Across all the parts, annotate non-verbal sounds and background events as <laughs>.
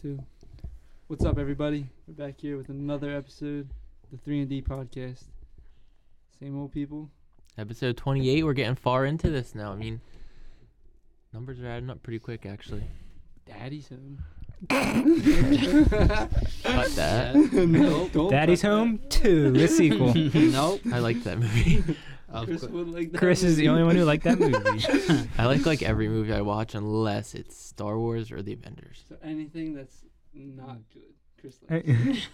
too. What's up, everybody? We're back here with another episode, of the Three and D podcast. Same old people. Episode 28, we're getting far into this now. I mean, numbers are adding up pretty quick, actually. Daddy's <laughs> home. <laughs> Cut that. no, <laughs> don't Daddy's cut Home 2, <laughs> the sequel. that. <laughs> nope. I like <laughs> that movie. <laughs> Of Chris cour- would like that. Chris is the only one who liked that <laughs> movie. I like like every movie I watch unless it's Star Wars or <laughs> The Avengers. So anything that's not good, Chris likes.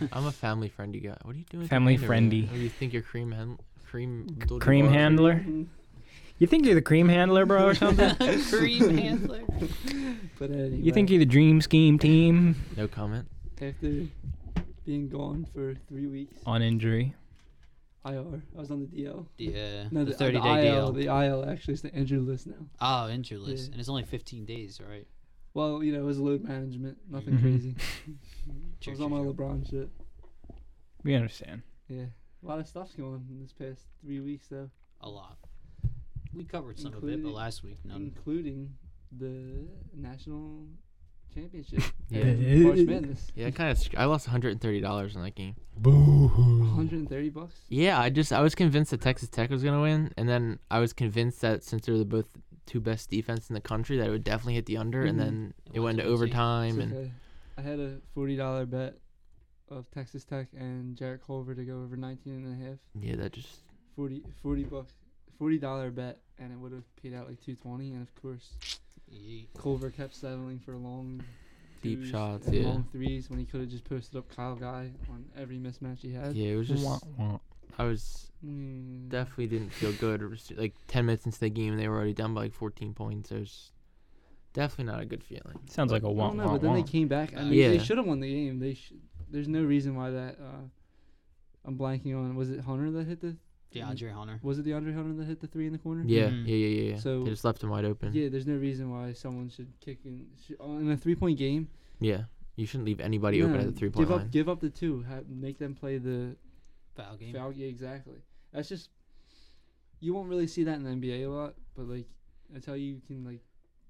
I I'm a family friend, you guys. What are you doing? with your Family hand over friendy. there? What do you think you're cream hand cream Cream hand- Handler? Mhm. You think you're the cream handler, bro, or <laughs> something? <laughs> Cream handler. <laughs> But anyway, You think you're the dream scheme team? No comment. after being gone for three weeks, On injury. IR, I was on the DL. Yeah. No, the the, 30 the day IL, deal. The IL actually is the injured list now. Oh, injured list. Yeah. And it's only 15 days, right? Well, you know, it was load management, nothing Mhm. crazy. I Sure, was sure, on my sure. LeBron shit. We understand. Yeah, a lot of stuff's going on in this past three weeks though, A lot. We covered some of it, but Including- last week, none. including the national championship. Yeah. and March Madness. Yeah, I kind of. I lost 130 dollars in that game. 130 bucks. Yeah, I just I was convinced that Texas Tech was gonna win, and then I was convinced that since they're the both two best defense in the country, that it would definitely hit the under, Mhm. and then It it went went to to OT. overtime, It's <laughs> and okay. uh, I had a $40 bet of Texas Tech and Jarrett Culver to go over 19 and a half. yeah, that just 40, 40 bucks. Forty dollar bet, and it would have paid out like two twenty. And of course, Ye- Culver kept settling for long, Deep twos shots, and yeah. long threes when he could have just posted up Kyle Guy on every mismatch he had. yeah, it was just I was Mm. definitely didn't feel good. It was like ten minutes into the game, they were already down by like 14 points. It was definitely not a good feeling. Sounds like a I womp don't know, womp but then they womp. came back. I Uh, mean, they Yeah. should have won the game. They sh- there's no reason why that. Uh, I'm blanking on. Was it Hunter that hit the? DeAndre Hunter. Was it DeAndre Hunter that hit the three in the corner? Yeah, Mhm. yeah, yeah, yeah. yeah. Mm-hmm. So- they just left him wide open. Yeah, Yeah, there's no reason why someone should kick in sh- on a three point game. you shouldn't leave anybody open no, at the three point give line. up, give up the two. Ha- make them play the Foul game. foul. Yeah, exactly. That's just you won't really see that in the NBA a lot, but like that's how you can like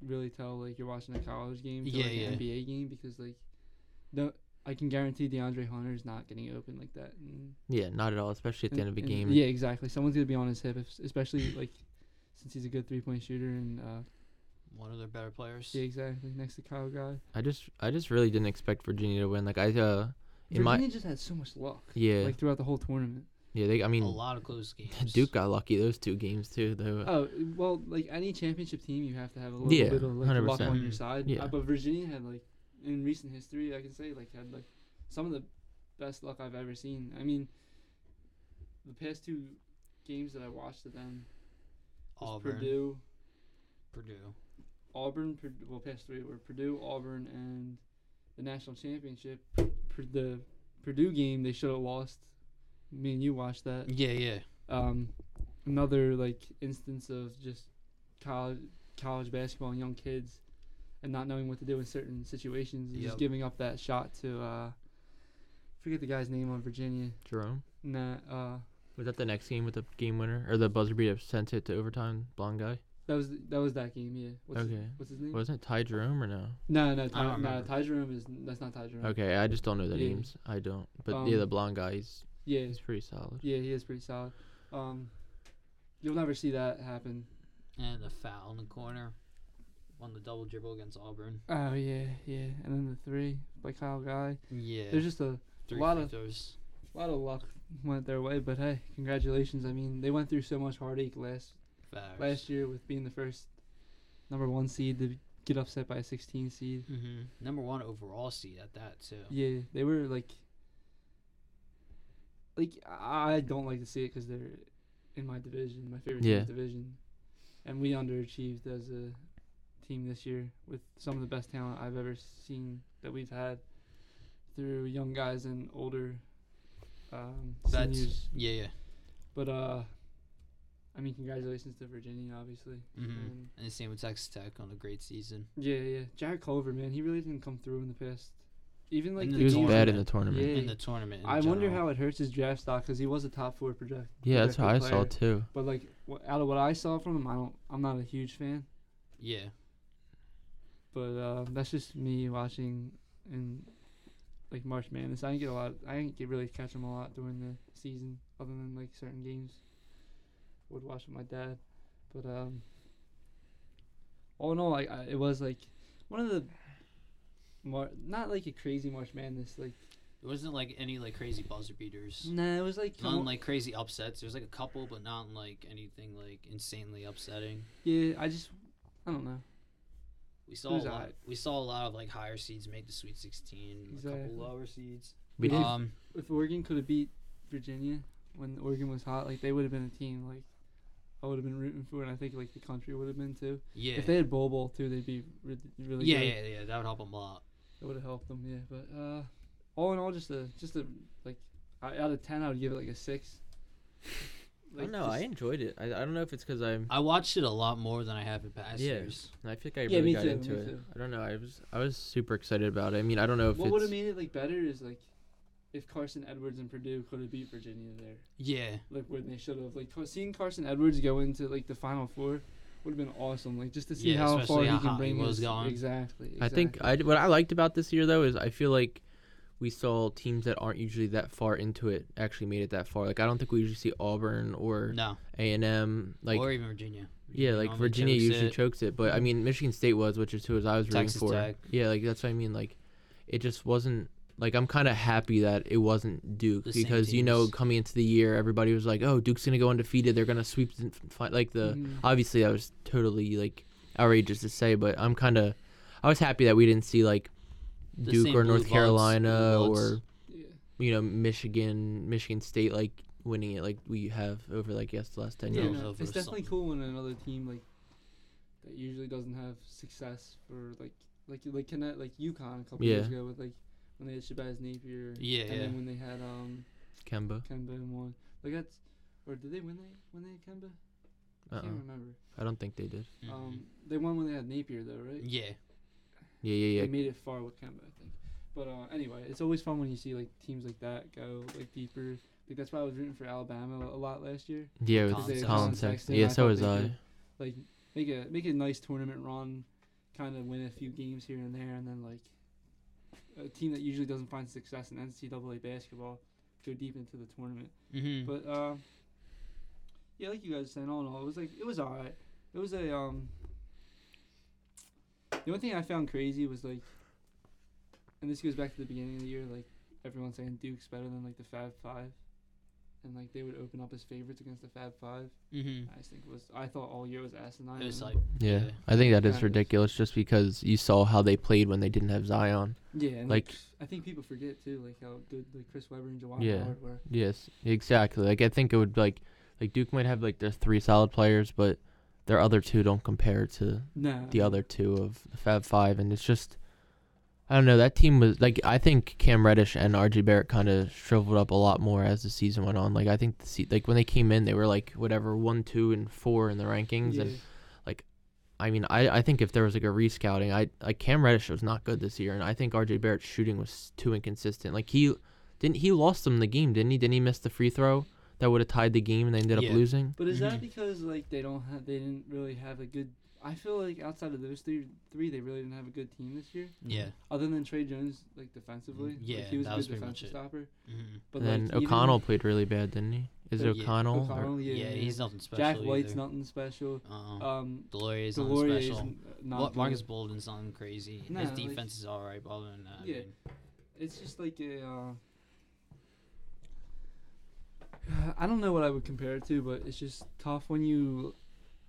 really tell like you're watching a college game to Yeah, like yeah. an NBA game because like no, I can guarantee DeAndre Hunter's not getting open like that. And, yeah, not at all, especially at the end of a game. Yeah, exactly. Someone's gonna be on his hip, if, especially like since he's a good three point shooter and uh, One of their better players. yeah, exactly next to Kyle Guy. I just, I just really didn't expect Virginia to win. Like I, uh, in Virginia my, just had so much luck. yeah, Like throughout the whole tournament. yeah. They, I A mean, lot of close <laughs> <laughs> games. Duke got lucky those two games too. Though Oh well, like any championship team, you have to have a little Yeah, bit of like, luck 100%. on your side. Yeah. Uh, but Virginia had like in recent history, I can say like had like some of the best luck I've ever seen. I mean, the past two games that I watched of them was Auburn. Purdue. Purdue, Auburn. Pur- well, past three were Purdue, Auburn, and the national championship. Pur- the Purdue game they should have lost. Me and you watched that Yeah, yeah. um, another like instance of just college college basketball and young kids and not knowing what to do in certain situations and Yep. just giving up that shot to uh forget the guy's name on Virginia. Jerome Nah, uh was that the next game with the game winner or the buzzer beat that sent it to overtime. Blonde guy, that was that was that game, yeah. What's His, Okay. what's his name? wasn't it Ty Jerome or no? No, no, Ty, don't no, remember. Ty Jerome is that's not Ty Jerome. Okay, I just don't know the Yeah. names. I don't. But yeah, the Um, blonde guy, he's, Yeah, he's pretty solid. yeah, he is pretty solid. Um you'll never see that happen. And a foul in the corner. Won the double dribble against Auburn. Oh yeah, yeah. And then the three by Kyle Guy. Yeah. There's just a Three lot free of- throws. A lot of luck went their way, but hey, congratulations. I mean, they went through so much heartache last Facts. last year with being the first number one seed to get upset by a 16 seed. hmm Number one overall seed at that, too. Yeah, they were like, like I I don't like to see it because they're in my division, my favorite Yeah. team's division, and we underachieved as a team this year with some of the best talent I've ever seen that we've had through young guys and older um, That's. seniors. Yeah, yeah. But uh, I mean, congratulations to Virginia, obviously. Mm-hmm. And And the same with Texas Tech on a great season. yeah, yeah. Jared Culver, man, he really didn't come through in the past. Even like And the He was games- tournament. bad in the tournament. Yeah. in the tournament. in I wonder general. how it hurts his draft stock because he was a top four project. Yeah, that's what I projected saw player. too. But like, wh- out of what I saw from him, I don't. I'm not a huge fan. Yeah. But uh, that's just me watching in like March Madness. I didn't get a lot. I didn't get really catch them a lot during the season, other than like certain games. Would watch with my dad, but um, all in all, like I, it was like one of the more not like a crazy March Madness. Like It wasn't like any like crazy buzzer beaters. nah, it was like a None mo- like crazy upsets. There's like a couple, but not like anything like insanely upsetting. yeah. I just I don't know. We saw a was lot. alright. We saw a lot of like higher seeds make the Sweet 16. A Exactly. couple lower seeds. We did. Um, if Oregon could have beat Virginia when Oregon was hot, like they would have been a team like I would have been rooting for, and I think like the country would have been too. yeah. If they had Bowl Bowl too, they'd be re- really yeah, good. yeah, yeah. That would help them a lot. It would have helped them, yeah. But uh, all in all, just a just a like I- out of ten, I would give it like a <laughs> six. I don't know. I just- enjoyed it. I, I don't know if it's because I'm. I watched it a lot more than I have in past Yeah. years. I feel like I Yeah, really me got too, into me it. too. I don't know. I was I was super excited about it. I mean, I don't know if what would have it's. made it like better is like if Carson Edwards and Purdue could have beat Virginia there, Yeah. like where they should have. Like Car- seeing Carson Edwards go into like the Final Four would have been awesome. Like just to see Yeah, how far especially how he can hot he bring was his- going. Exactly, I think exactly. I what I liked about this year though is I feel like we saw teams that aren't usually that far into it actually made it that far. Like I don't think we usually see Auburn or No. A and M like or even Virginia. yeah like normally Virginia chokes usually it. chokes it, but I mean Michigan State was, which is who I was rooting Texas for. Tech. Yeah, like that's what I mean. Like it just wasn't like I'm kind of happy that it wasn't Duke The same because you know teams. coming into the year everybody was like, oh Duke's gonna go undefeated, they're gonna sweep the, fi- like the Mhm. obviously that was totally like outrageous to say, but I'm kind of I was happy that we didn't see like The Duke same or blue North bloods, Carolina blue bloods. or Yeah. you know Michigan Michigan State like winning it like we have over like yes the last ten Yeah, years. knows no, over it's definitely something. cool when another team like that usually doesn't have success for like like like Connect like UConn a couple years Yeah. ago with like when they had Shabazz Napier Yeah, and yeah. then when they had um Kemba, Kemba and one like that's or did they win they when they had Kemba I uh can't remember I don't think they did. Mhm. um they won when they had Napier though right Mm-hmm. yeah. Yeah, yeah, they yeah. made it far with Kemba I think but uh, anyway it's always fun when you see like teams like that go like deeper like that's why I was rooting for Alabama a lot last year Yeah, with Colin Colin, Sexton. Colin Sexton. Sexton, Yeah, I so thought was they I. did. like make a make a nice tournament run, kind of win a few games here and there, and then like a team that usually doesn't find success in NCAA basketball go deep into the tournament. Mm-hmm. But uh, yeah, like you guys said, all in all, it was like it was alright. It was a um. The only thing I found crazy was like, and this goes back to the beginning of the year, like everyone saying Duke's better than like the Fab Five, and like they would open up as favorites against the Fab Five. mm-hmm. I just think was I thought all year was asinine. It was and- like Yeah. Yeah. I think that Kind is of. ridiculous just because you saw how they played when they didn't have Zion. yeah, and like- like, I think people forget too, like how good like Chris Webber and Jawan Yeah. Howard were. Yes, exactly. Like I think it would like like Duke might have like their three solid players, but their other two don't compare to No, the other two of the Fab Five, and it's just I don't know. That team was like I think Cam Reddish and RJ Barrett kind of shriveled up a lot more as the season went on. Like I think the se- like when they came in, they were like whatever one, two, and four in the rankings, Yeah. and I mean, I, I think if there was like a rescouting, I like Cam Reddish was not good this year, and I think RJ Barrett's shooting was too inconsistent. Like he didn't he lost them the game, didn't he? Didn't he miss the free throw that would have tied the game and they ended Yeah. up losing? But is Mhm. that because like they don't have they didn't really have a good? I feel like outside of those three, three they really didn't have a good team this year. Yeah. Other than Trey Jones, like defensively, Yeah, like, he was that a was good pretty much defensive it. stopper. Mm-hmm. But and like, then even O'Connell played really bad, didn't he? Is it Yeah. O'Connell? or- O'Connell, yeah, Yeah, he's nothing special. Jack White's either. nothing special. Uh-uh. Um, Delorier is nothing Delorier special. not What good. Marcus Bolden's nothing crazy. Nah, His like- defense is all right, but other than that, I Yeah. mean, it's just like a. Uh, I don't know what I would compare it to, but it's just tough when you.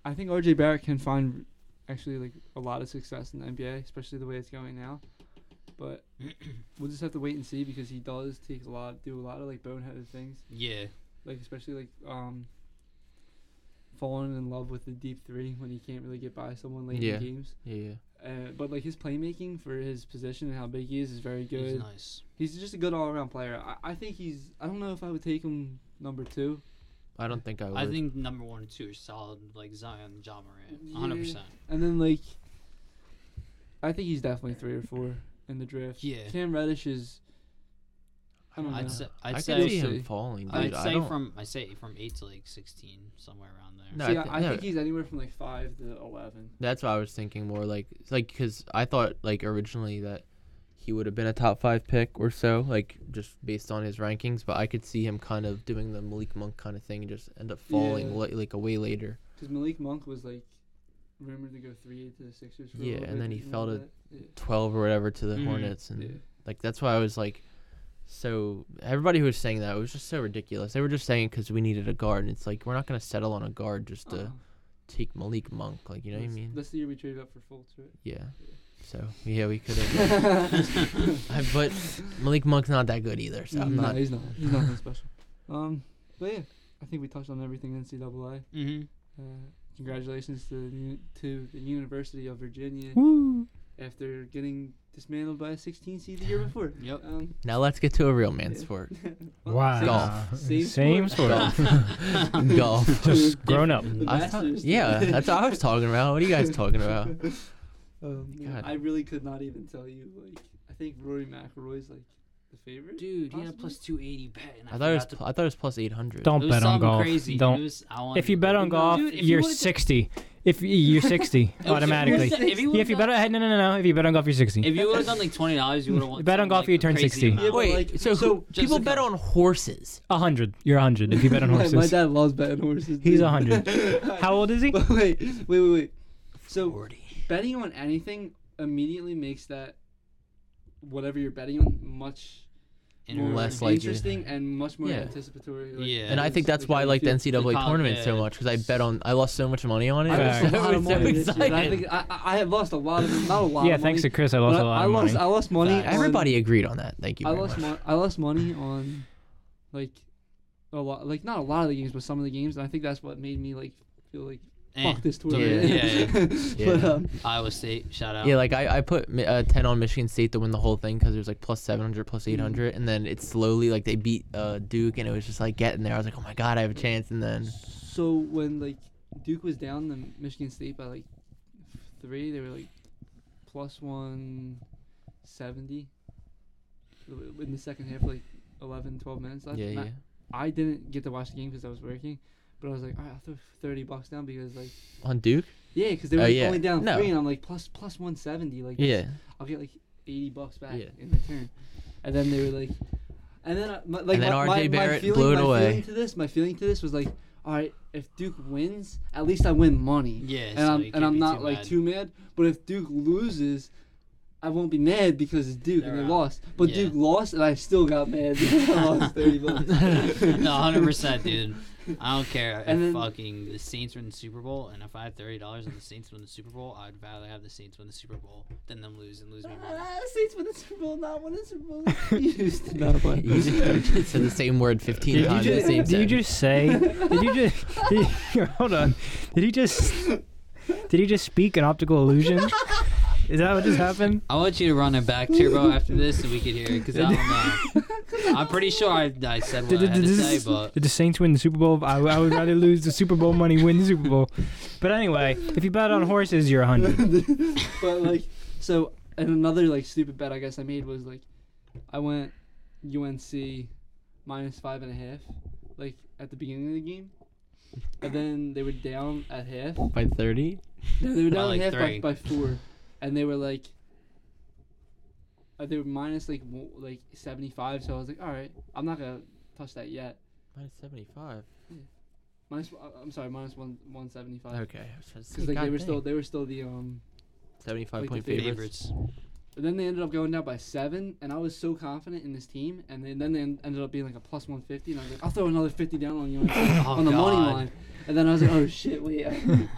I think RJ Barrett can find actually like a lot of success in the NBA, especially the way it's going now. But we'll just have to wait and see because he does take a lot, do a lot of like boneheaded things, yeah, like especially like um. Falling in love with the deep three when he can't really get by someone late Yeah. in games, Yeah, yeah. uh, but like his playmaking for his position and how big he is is very good. he's nice. He's just a good all around player. I, I think he's. I don't know if I would take him number two. I don't think I would. I think number one and two are solid, like Zion and John Moran, Yeah. 100. percent And then like, I think he's definitely three or four in the draft. Yeah. Cam Reddish is. I don't know. I'd say, I I'd could say, see We'll see. him falling. Dude. I'd I say don't- from, I say from eight to like 16, somewhere around there. No, See, I I, thi- I no. think he's anywhere from like five to eleven. That's what I was thinking more like like because I thought like originally that he would have been a top five pick or so, like just based on his rankings. But I could see him kind of doing the Malik Monk kind of thing and just end up falling Yeah. li- like a way later. Because Malik Monk was like rumored to go three to the Sixers. For a Yeah, little and bit, then he something fell like to that. 12 or whatever to the Mhm. Hornets. And Mm, Yeah. like that's why I was like, so everybody who was saying that it was just so ridiculous. They were just saying because we needed a guard, and it's like we're not gonna settle on a guard just yeah. to take Malik Monk. Like you know what I Uh-huh. that's, mean? That's the year we traded up for Fultz, right? Yeah. So yeah, we could have. <laughs> I- but Malik Monk's not that good either, so I'm no, not. he's not. He's nothing <laughs> special. Um, but yeah, I think we touched on everything NCAA. Mm-hmm. Uh, congratulations to the, uni- to the University of Virginia Woo. after getting dismantled by a 16 seed the year before. Yep. <laughs> Um, Now let's get to a real man's Yeah. sport. well, Golf. Same- same Same sort. <laughs> Golf. Golf. Just grown up. The I thought- Masters. yeah, that's what I was talking about. What are <laughs> you guys talking about? Um, yeah, God. I really could not even tell you. Like, I think Rory McIlroy's like the favorite. Dude, he had a Possibly? <laughs> plus 280 bet. And I, I thought it was. forgot to- pl- I thought it was plus 800. <laughs> it Don't was bet on something golf. Crazy. It Don't. was, I wanted- If you bet on Dude, golf, if you you're wanted to- 60. If y- you're 60 It was- automatically. <laughs> If <laughs> you, if you Yeah, if you would've bet on no no no no, if you bet on golf, you're 60. If you would <laughs> have done like twenty dollars, you would have won. You bet on some, golf, like, you turn crazy 60. amount. Yeah, but, Wait, like, so so people Jessica- bet on horses. 100. You're 100 if you <laughs> bet on my, my horses. dad loves betting horses. He's dude. <laughs> 100. How old is <laughs> he? But wait, wait, wait, wait. So 40. betting on anything immediately makes that whatever you're betting on much more Less likely. interesting and much more Yeah. anticipatory. Like, Yeah. And I think that's why I like the feel- NCAA the con- tournament so yeah. much because I bet on. I lost so much money on it. I Fair. lost a lot <laughs> I of was so money. this year. excited. I think I, I I have lost a lot of not a lot. Yeah, of thanks money, to Chris, I but lost a lot I of lost money. I lost money. Facts. on- Everybody agreed on that. Thank you. I very lost much. mon- I lost money on like a lot like not a lot of the games but some of the games and I think that's what made me like feel like Eh, fuck this yeah, tournament. <laughs> yeah, but Yeah. um Iowa State, shout out. Um, Yeah, like I, I put mi- uh, 10 on Michigan State to win the whole thing because it was like plus 700, Hmm. plus 800. And then it slowly, like, they beat uh, Duke and it was just like getting there. I was like, oh my God, I have a chance. And then, so when like Duke was down to Michigan State by like 3 they were like plus 170 in the second half like 11 12 minutes left. yeah, And I- yeah. I didn't get to watch the game because I was working, but I was like, all right, I'll throw 30 bucks down because, like, On Duke? yeah, because they were Oh, like, yeah. only down No. three, and I'm like, plus plus 170. Like, that's- Yeah. <laughs> I'll get like 80 bucks back Yeah. in return. And then they were like, and then, I, my, like, And then my, RJ my- my Barrett feeling, blew it my away. Feeling to this, my feeling to this was like, all right, if Duke wins, at least I win money. Yeah, And so I'm, you and can't I'm be not too like mad. too mad, but if Duke loses, I won't be mad because it's Duke and They're they out. lost. But Yeah. Duke lost, and I still got mad <laughs> because I lost 30 bucks. no, hundred percent, dude. I don't care if And then- fucking the Saints win the Super Bowl, and if I had thirty dollars on the Saints win the Super Bowl, I'd rather have the Saints win the Super Bowl than them lose and lose me money. <laughs> Ah, Saints win the Super Bowl, not win the Super Bowl. <laughs> Houston, not a play. You just said the same word 15 <laughs> Did you times. just, the same did you sentence. just say? Did you just? <laughs> Did you- hold on. Did he just? Did he just speak an optical illusion? Is that what just happened? I want you to run it back, Turbo, after this, so we could hear it, because I don't <laughs> know. I'm pretty sure I, I said Did, what I did, had did- say, <laughs> but did the Saints win the Super Bowl? I, I would rather lose the Super Bowl money, win the Super Bowl. But anyway, if you bet on horses, you're 100. <laughs> but like, so and another like stupid bet I guess I made was like, I went UNC minus five and a half, like at the beginning of the game, and then they were down at half. By 30? No, they were By, down like, at half by, three. by four, and they were like, uh, they were minus like wo- like seventy five. So I was like, all right, I'm not gonna touch that yet. Minus 75. Minus, uh, I'm sorry, minus one one seventy five. Okay. I was trying to say, Because like God they were dang. still they were still the um. 75 like, point the favorites. favorites. favorites. But then they ended up going down by seven, and I was so confident in this team, and then, then they en- ended up being like a plus one fifty, and I was like, I'll throw another fifty down on you <laughs> Oh, on the money God. line, and then I was like, oh shit, wait. <laughs>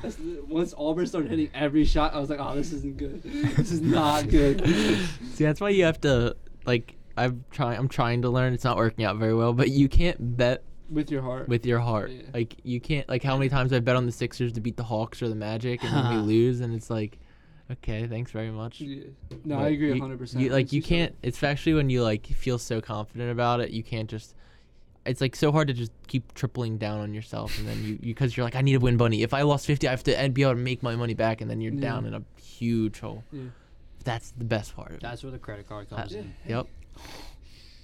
That's the- Once Auburn started hitting every shot, I was like, oh, this isn't good. This is not good. <laughs> See, that's why you have to, like, I'm trying. I'm trying to learn. It's not working out very well, but you can't bet With your heart. with your heart. Yeah. Like you can't like how many times I bet on the Sixers to beat the Hawks or the Magic and then we lose and it's like okay, thanks very much. Yeah. No, I But agree you- 100%. you- like It's you just, uh, can't it's actually when you like feel so confident about it, you can't just it's like so hard to just keep tripling down on yourself and then you because you, are like I need to win money. If I lost 50, I have to and be able to make my money back and then you're Yeah. down in a huge hole. Yeah. That's the best part of That's where the credit card comes Yeah. in. Yep.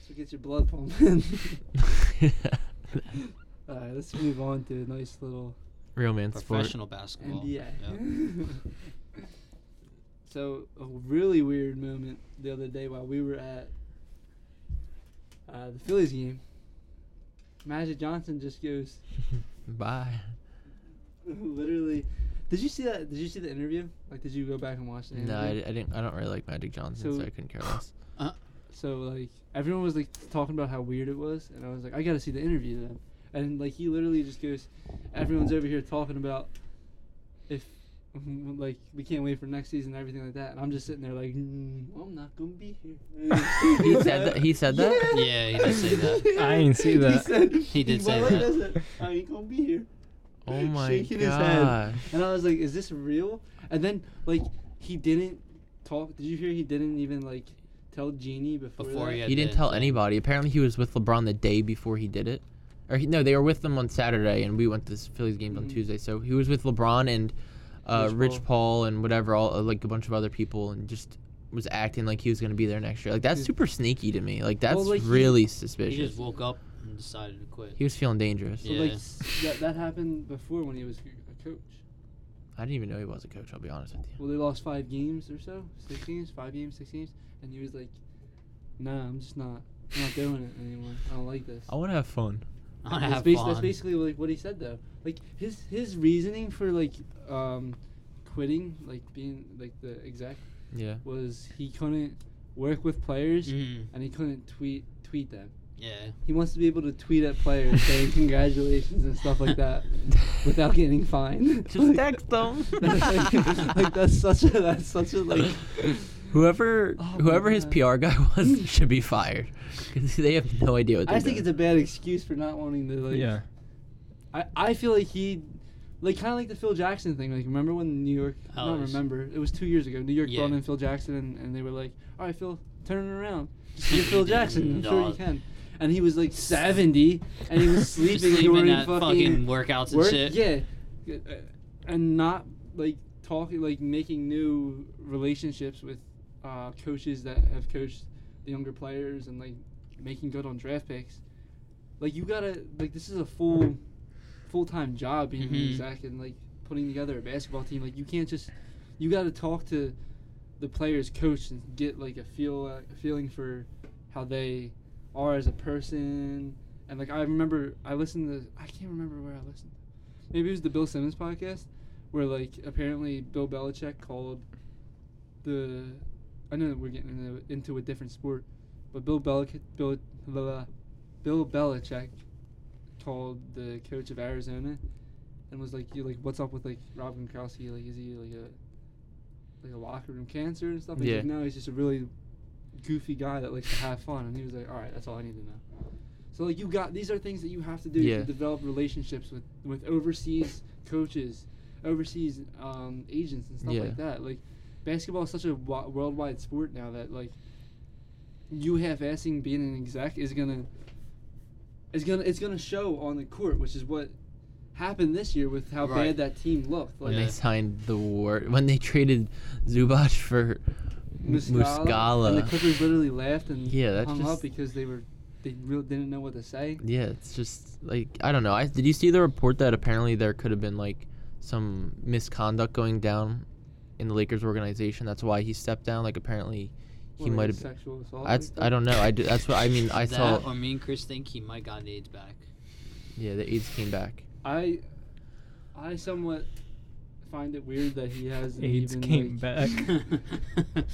So get your blood pumping. <laughs> it. <laughs> All right, let's move on to a nice little Real man sport. Professional basketball. NBA. Yep. <laughs> So a really weird moment the other day while we were at uh, the Phillies game. Magic Johnson just goes <laughs> <laughs> Bye. literally. Did you see that? Did you see the interview? Like, did you go back and watch the interview? No, I, I didn't. I don't really like Magic Johnson, so, So- I couldn't care less. So like everyone was like talking about how weird it was, and I was like, I gotta see the interview then. And like he literally just goes, everyone's over here talking about if <laughs> like we can't wait for next season and everything like that, and I'm just sitting there like, "Mm, I'm not gonna be here. <laughs> He said that. He said that. Yeah, he did say that. <laughs> I didn't see He that. said, He did say "Well, that." does it? I ain't gonna be here. <laughs> Oh my Shaking his head. gosh. And I was like, is this real? And then like he didn't talk. Did you hear he didn't even like tell Jeannie before? Before that? he had He didn't the- tell anybody. Apparently, he was with LeBron the day before he did it. Or he, no, they were with them on Saturday, and we went to this Phillies games on Mhm. Tuesday. So he was with LeBron and uh, Rich Rich Paul and whatever, all uh, like a bunch of other people, and just was acting like he was gonna be there next year. Like that's Yeah. super sneaky to me. Like that's Well, like, he- really He suspicious. He, just woke up and decided to quit. was feeling dangerous. So Yeah. like s- that, that happened before when he was a coach. I didn't even know he was a coach. I'll be honest with you. Well, they lost five games or so, six games, five games, six games, and he was like, "Nah, I'm just not, I'm not doing it anymore. I don't like this." I want to have fun. <laughs> Oh, I wanna that's, have basi- that's fun. basically like what he said though. Like his his reasoning for like um, quitting, like being like the exec, Yeah. was he couldn't work with players Mm, and he couldn't tweet tweet them. yeah. He wants to be able to tweet at players <laughs> saying congratulations and stuff like that <laughs> without getting fined. <laughs> Just text them. like, like, that's such a that's such a like Whoever Oh my whoever his God. PR guy <laughs> was should be fired because they have no idea what they're I think it's doing. a bad excuse for not wanting to like yeah. I, I feel like he like kind of like the Phil Jackson thing like remember when New York I Oh, don't it's- remember it was 2 years ago New York Yeah. brought in Phil Jackson and, and they were like all right Phil turn it around just you're <laughs> Phil Jackson I'm sure you Dog. can and he was like 70 and <laughs> he was sleeping, during at fucking, workouts and work shit. yeah Yeah, uh, and not like talking like making new relationships with uh, coaches that have coached the younger players and like making good on draft picks. Like you gotta like this is a full full time job being an Mhm. exec and like putting together a basketball team. Like you can't just you gotta talk to the players' coach and get like a feel uh, a feeling for how they are as a person. And like I remember I listened to I can't remember where I listened. to. Maybe it was the Bill Simmons podcast where like apparently Bill Belichick called the I know that we're getting into, into a different sport, but Bill Belichick Bill blah, blah, Bill Belichick called the coach of Arizona and was like, "You like what's up with like Rob Gronkowski? Like is he like a like a locker room cancer and stuff?" And he's Yeah. like, no, he's just a really goofy guy that likes to have fun. And he was like, "All right, that's all I need to know." So like you got these are things that you have to do Yeah. to develop relationships with with overseas coaches, overseas um, agents and stuff Yeah. like that. Like basketball is such a wi- worldwide sport now that like you half-assing being an exec is gonna is gonna it's gonna show on the court, which is what happened this year with how Right. bad that team looked. when Like they Yeah. signed the war when they traded Zubac for Muscala, and the Muscala. Clippers literally laughed and Yeah, that's hung up just- because they were they really didn't know what to say. Yeah, it's just like I don't know. I did you see the report that apparently there could have been like some misconduct going down in the Lakers organization. That's why he stepped down. Like apparently he Well, like might a have. been sexual assault. That's like that. I don't know. I d- that's what I <laughs> mean. I that saw. Or me and Chris think he might got AIDS back. Yeah, the AIDS came back. I I somewhat find it weird that he hasn't AIDS even came like, <laughs> back.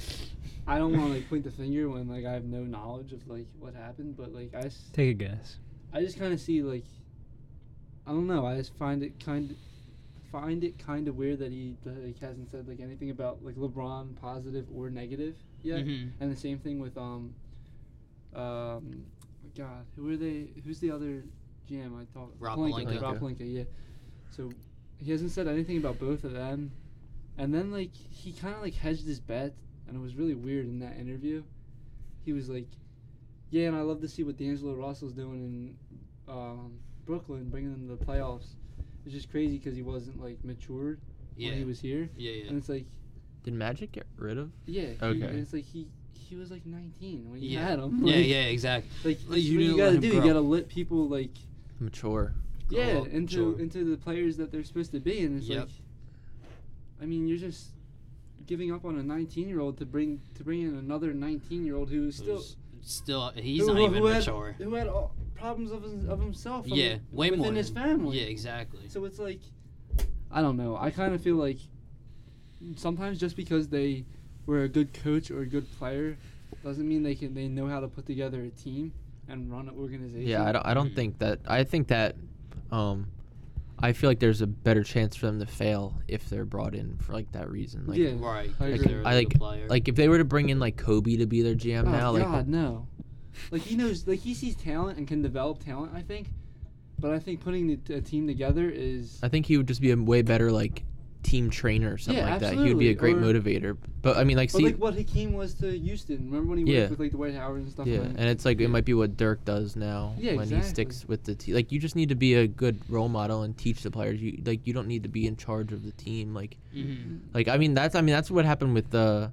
I don't want to like point the finger when like I have no knowledge of like what happened, but like I, s- Take a guess. I just kind of see like I don't know. I just find it kind find it kind of weird that he like hasn't said like anything about like LeBron positive or negative yet. Mhm. And the same thing with um um God, who are they? Who's the other GM I thought? Rob Pelinka. Rob Pelinka, yeah. So he hasn't said anything about both of them, and then like he kind of like hedged his bet, and it was really weird in that interview. He was like, "Yeah, and I love to see what D'Angelo Russell's doing in um, Brooklyn, bringing them to the playoffs." It's just crazy because he wasn't like matured Yeah. when he was here, yeah, yeah. and it's like, Did Magic get rid of? yeah, he- Okay. and it's like he he was like 19 when you Yeah. had him. yeah, like- yeah, exactly. Like, Like, that's you what didn't you let gotta him do. You grow. gotta let people like Mature. Grow yeah up, into sure. into the players that they're supposed to be, and it's Yep. like, I mean, you're just giving up on a 19-year-old to bring to bring in another 19-year-old who's still Who's- still, he's who, not even who had, mature. who had all problems of, his, of himself. on yeah, the- way within more his than- family. Yeah, exactly. So it's like, I don't know. I kind of feel like sometimes just because they were a good coach or a good player doesn't mean they can they know how to put together a team and run an organization. Yeah, I don't. I Hmm. don't Mm. think that. I think that. Um, I feel like there's a better chance for them to fail if they're brought in for like that reason. Like, Yeah. right. I if agree. they're a I good like- player. like if they were to bring in like Kobe to be their GM Oh, now, like God, no. Like he knows, like he sees talent and can develop talent. I think, but I think putting the, t- a team together is I think he would just be a way better like team trainer or something Yeah, like that. He would be a great absolutely, motivator. But I mean, like, but see, like what Hakeem was to Houston. Remember when he Yeah. worked with like the White Howard and stuff? yeah, like- and it's like it might be what Dirk does now Yeah, when he exactly. sticks with the team. Like, you just need to be a good role model and teach the players. You like you don't need to be in charge of the team. Like, hmm like I mean, that's I mean that's what happened with the,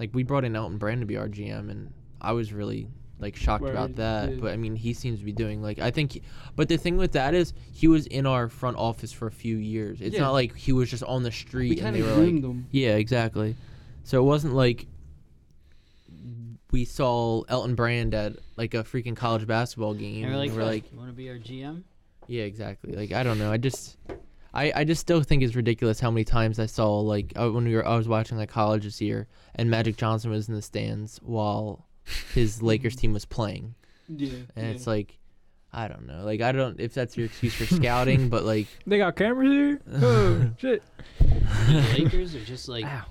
like we brought in Elton Brand to be our GM, and I was really like shocked about Worried, that. yeah. But I mean, he seems to be doing like I think, he- but the thing with that is he was in our front office for a few years. It's Yeah. not like he was just on the we street and kind they of were like, groomed them. yeah, exactly. So it wasn't like we saw Elton Brand at like a freaking college basketball game. And we're like, we're like want to be our GM? <laughs> yeah, exactly. Like I don't know. I just, I, I just still think it's ridiculous how many times I saw like uh, when we were I was watching like college this year and Magic Johnson was in the stands while his Lakers team was playing, Yeah, and yeah. it's like, I don't know. Like I don't if that's your excuse for scouting, but like They got cameras here. Oh shit! The Lakers are just like Ow.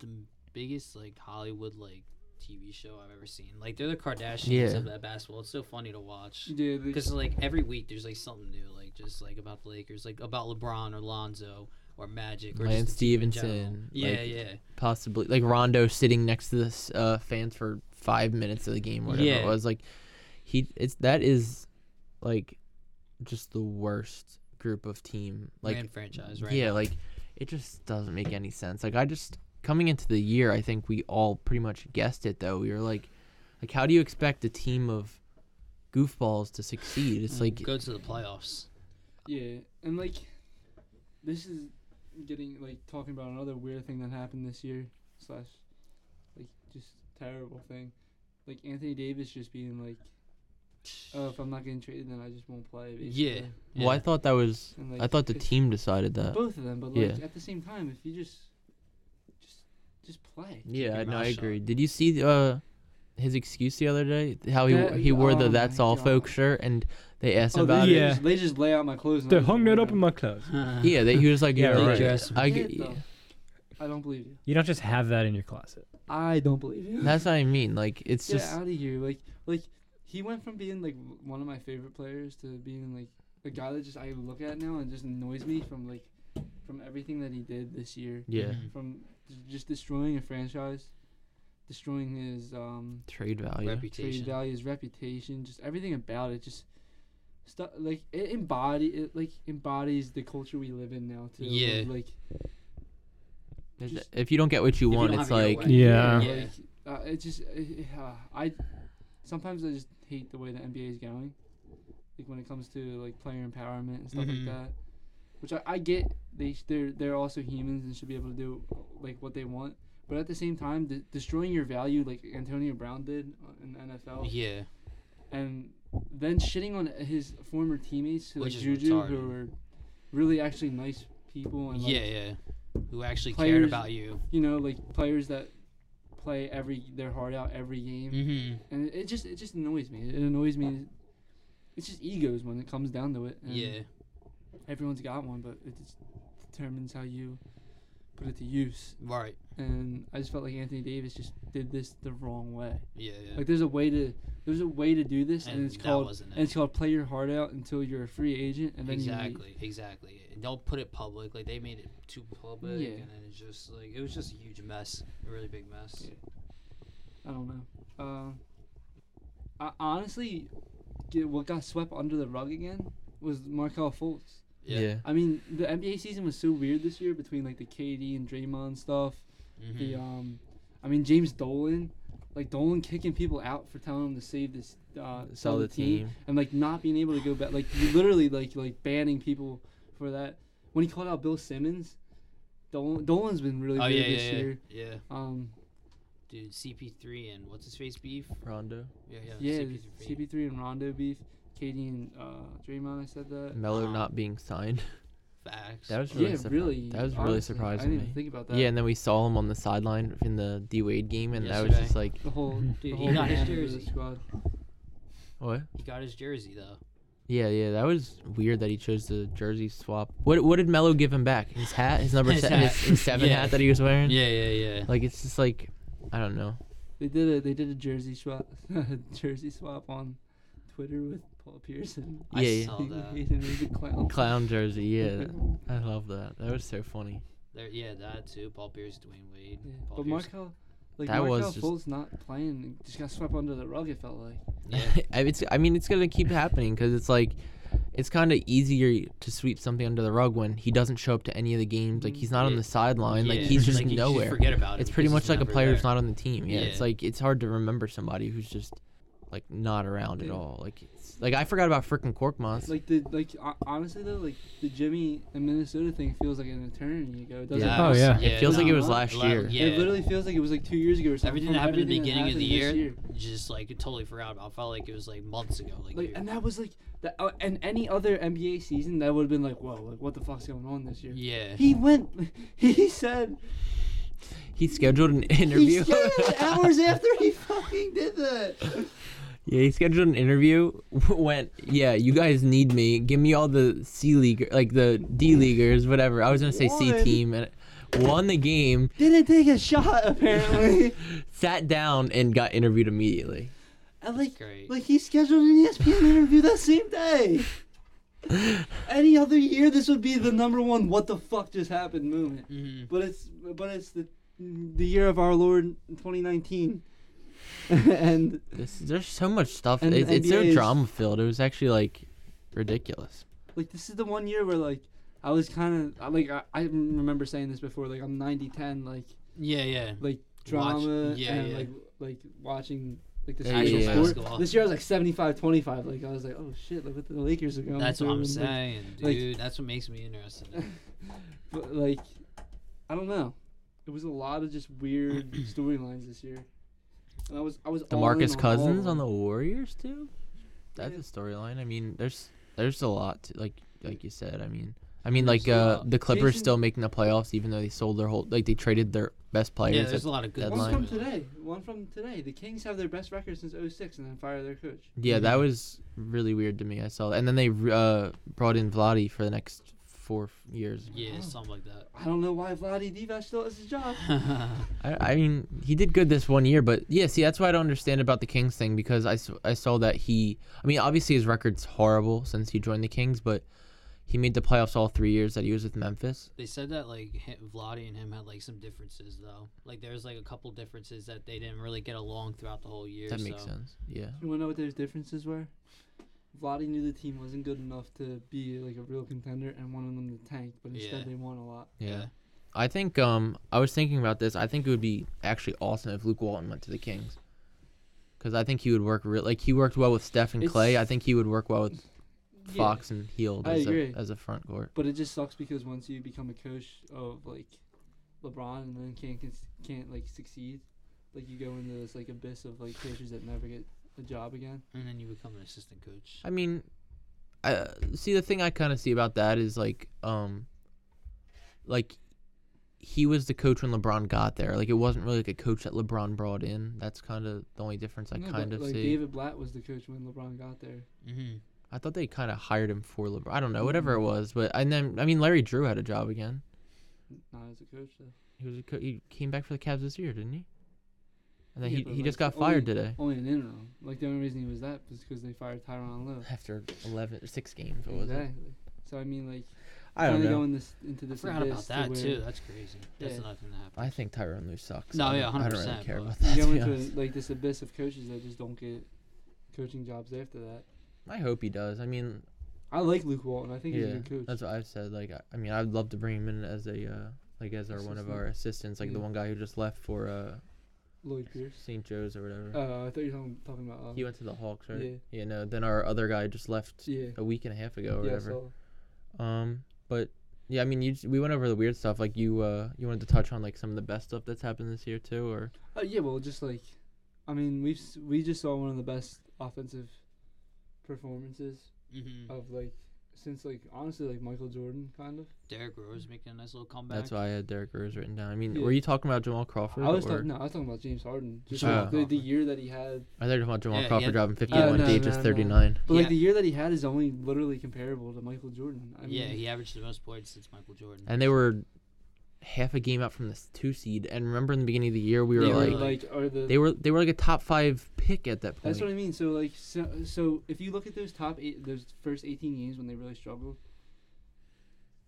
the biggest like Hollywood like TV show I've ever seen. Like they're the Kardashians Yeah. of that basketball. It's so funny to watch <laughs> yeah, they- <laughs> because like every week there's like something new, like just like about the Lakers, like about LeBron or Lonzo or Magic or just Lance the team in general. Stevenson, Yeah, like- yeah. possibly like Rondo sitting next to this uh, fans for five minutes of the game, or whatever Yeah. it was. Like he, it's that is like just the worst group of team. Like Brand franchise, right? yeah, like it just doesn't make any sense. Like I just coming into the year, I think we all pretty much guessed it though. We were like, like how do you expect a team of goofballs to succeed? It's like Mm, go to the playoffs. Yeah, and like this is getting like talking about another weird thing that happened this year slash like just terrible thing. Like Anthony Davis just being like, oh, if I'm not getting traded, then I just won't play. Yeah. basically. well, I <laughs> Yeah. thought that was. And, I like, thought the it's team decided that. Both of them, but like Yeah. at the same time, if you just just just play. Yeah, your no, I mouth agree. shut. Did you see uh, his excuse the other day? How he That- he wore the oh "That's my all, God. Oh, folks" shirt, and they asked him they, about Oh, yeah. it. just, they just lay out my clothes. and They I just hung wear that up in them. my clothes. Yeah, they, he was like, Yeah, "Yeah, right. Dress I, Yeah, g- though. I don't believe you. You don't just have that in your closet. I don't believe you. that's what I mean. Like, it's get just out of here. Like like he went from being like w- one of my favorite players to being like a guy that just I look at now and just annoys me from like from everything that he did this year. yeah, Mhm. From j- just destroying a franchise, destroying his um trade value. trade Reputation. value, his reputation, just everything about it just stuff like it embody it like embodies the culture we live in now too. of, Yeah. Like There's- Just- if you don't get what you If you want, don't it's have it your like way. Yeah. Yeah. Like, uh, it just uh, uh, I sometimes I just hate the way the NBA is going. Like when it comes to like player empowerment and stuff Mhm. like that, which I, I get they sh- they're they're also humans and should be able to do like what they want. But at the same time, de- destroying your value like Antonio Brown did in the NFL, Yeah. and then shitting on his former teammates, like Which is Juju, who retarded. were really actually nice people and like, Yeah, yeah. Who actually cared players- about you? you know, like players that play every their heart out every game, Mm-hmm. and it, it just it just annoys me. It annoys me. It's just egos when it comes down to it. and Yeah. everyone's got one, but it just determines how you put it to use. Right. And I just felt like Anthony Davis just did this the wrong way. Yeah. yeah. Like there's a way to there's a way to do this, and, And it's that called wasn't and it's called play your heart out until you're a free agent, and then You, exactly, exactly. And Don't put it public. Like they made it too public, Yeah. and then it's just like it was just a huge mess, a really big mess. Yeah. I don't know. Uh, I honestly, get, what got swept under the rug again was Markel Fultz. yeah. I mean, the NBA season was so weird this year between like the KD and Draymond stuff. Mhm. Hmm. The um, I mean James Dolan, like Dolan kicking people out for telling them to save this, uh, sell the team. and like not being able to go back, like you literally like like banning people for that. When he called out Bill Simmons, Dolan, Dolan's been really Oh good yeah, this yeah, yeah, year. yeah. Um, Dude, CP3 and what's his face beef? Rondo, Yeah, yeah, yeah. CP3. and Rondo beef. Katie and uh, Draymond, I said that. Melo Uh-huh. not being signed. Facts. That was really Yeah, surpri- really. That was really honestly, I didn't surprising to even me. think about that. Yeah, and then we saw him on the sideline in the D Wade game, and that was Yesterday. just like the <laughs> whole the he whole got his band of the jersey. squad. what? he got his jersey though. Yeah, yeah, that was weird that he chose the jersey swap. What what did Melo give him back? His hat, his number His se- hat. His, his seven <laughs> Yeah. hat that he was wearing. Yeah, yeah, yeah. Like it's just like, I don't know. They did a they did a jersey swap <laughs> jersey swap on Twitter with Paul Pearson. I yeah, yeah. <laughs> saw He that. hated him, he's a clown. Clown jersey. <laughs> Yeah, I love that. That was so funny. There, yeah, that too. Paul Pierce, Dwayne Wade. Yeah, Paul But Pierce. Markel, like That was Markel just- Fultz not playing, and just got swept under the rug. It felt like. Yeah. <laughs> I- it's I mean it's gonna keep happening because it's like it's kind of easier to sweep something under the rug when he doesn't show up to any of the games like he's not on Yeah. the sideline like Yeah, he's just like, you nowhere forget about it. it's pretty much like a player who's not on the team yeah, Yeah. it's like it's hard to remember somebody who's just like not around at Yeah. all like it's like I forgot about freaking Korkmaz Like the like ho- honestly though, like the Jimmy and Minnesota thing feels like an eternity ago. It doesn't Yeah. feel- Oh, yeah. it feels like it was no, last la- year yeah. It literally feels like it was like two years ago or something. Everything that from happened at the everything that beginning of the year, happened this just like totally forgot about. Felt like it was like months ago. Like, Like you're- and that was like that. Uh, and any other NBA season, that would have been like, whoa, like what the fuck's going on this year? yeah, He went. <laughs> He said he scheduled <laughs> an interview He scheduled hours after he fucking did that. <laughs> Yeah, he scheduled an interview. <laughs> Went, yeah, you guys need me. Give me all the C leaguer, like the <laughs> D leaguers, whatever. I was gonna say C Won. team, and won the game. Didn't take a shot apparently. Sat down and got interviewed immediately. and like, great. like he scheduled an E ESPN interview that same day. Any other year, this would be the number one "What the fuck just happened" moment. hmm But it's but it's the the year of our Lord 2019, <laughs> and This, there's so much stuff. And It, the it's so NBA is- drama filled. It was actually like ridiculous. like this is the one year where like I was kind of like I, I remember saying this before like I'm 90 10 like yeah, yeah. like Watch- drama yeah, and yeah. like like watching like the Yeah, actual yeah. sport. basketball. This year I was like 75-25. Like I was like, oh shit, look what the Lakers are going. That's what I'm through," and, saying, like- dude. that's what makes me interested. in it. Like, but like, I don't know. It was a lot of just <clears throat> weird storylines this year. And I was I was The all Marcus in on Cousins all on of the them. Warriors too. That's Yeah. a storyline. I mean, there's there's a lot. To, like like you said. I mean. I mean, There's like a uh, lot. the Clippers Jason- still making the playoffs, even though they sold their whole, like they traded their best players. yeah, at there's a lot of good One deadline. from today. One from today. The Kings have their best record since 06 and then fire their coach. Yeah, that was really weird to me. I saw that. And then they uh, brought in Vladi for the next four f- years. Yeah, Oh. something like that. I don't know why Vladi Divac still has his job. I, I mean, he did good this one year, but yeah, see, that's why I don't understand about the Kings thing because I, s- I saw that he. I mean, obviously his record's horrible since he joined the Kings, but he made the playoffs all three years that he was with Memphis. <laughs> They said that like hi- Vladi and him had like some differences though. Like there was like a couple differences that they didn't really get along throughout the whole year. That makes so. sense. Yeah. You wanna know what those differences were? Vladi knew the team wasn't good enough to be like a real contender and wanted them to tank, but instead Yeah. they won a lot. Yeah. I think um I was thinking about this. I think it would be actually awesome if Luke Walton went to the Kings. Cuz I think he would work real like he worked well with Steph and It's- Clay. I think he would work well with Yeah. Fox and Heald I as a, agree. as a front court. But it just sucks because once you become a coach of like LeBron and then can't cons- can't like succeed, like you go into this like abyss of like coaches that never get a job again. And then you become an assistant coach. I mean, I see the thing I kind of see about that is like um like he was the coach when LeBron got there. Like it wasn't really like a coach that LeBron brought in. That's kind of the only difference I No, kind but, of like see. David Blatt was the coach when LeBron got there. Mm-hmm. I thought they kind of hired him for LeBron. I don't know, whatever Mm. it was, but and then I mean Larry Drew had a job again. Not as a coach though. He was a co- he came back for the Cavs this year, didn't he? And then Yeah, he, but, he just like, oh, got fired only- today Only an interim. Like the only reason he was that was because they fired Tyronn Lue. after 11 six games. What was it? Exactly. So I mean, like I don't kinda know. Going this into I this. forgot about abyss to that where too. That's crazy. That's Yeah. another thing that happened. I think Tyronn Lue sucks. No, I yeah, don't- I don't really 100%, care about but- You that. to go be into honest. like this abyss of coaches that just don't get coaching jobs after that. I hope he does. I mean, I like Luke Walton. I think he's a yeah, good coach. that's what I've said. Like, I, I mean, I'd love to bring him in as a uh, like as our one of Assistant. our assistants, like the Yeah. one guy who just left for uh, Lloyd Pierce. St. Joe's or whatever. Uh, I thought you were talking, talking about. Um, he went to the Hawks, right? yeah. yeah. No, then our other guy just left Yeah. a week and a half ago or yeah, whatever. so Um, but Yeah, I mean, you, we went over the weird stuff. Like you, uh, you wanted to touch on like some of the best stuff that's happened this year too, or Uh, yeah, well, just like, I mean, we've s- we just saw one of the best offensive performances Mm-hmm. of like since like honestly like Michael Jordan kind of. Derek Rose making a nice little comeback. that's why I had Derek Rose written down. I mean, Yeah. were you talking about Jamal Crawford? I was or- Oh. talking, no, I was talking about James Harden. Just Jamal like, the, the Crawford. year that he had, I thought you were talking about Jamal Yeah, Crawford yeah. dropping Oh, 51 no, D, no, just no. 39. but Yeah. like the year that he had is only literally comparable to Michael Jordan. I mean, yeah, he averaged the most points since Michael Jordan. And they were half a game out from this two seed. And remember in the beginning of the year, we were they like, were like are the they were they were like a top five pick at that point. That's what I mean. So like so, so if you look at those top eight, those first eighteen games when they really struggled.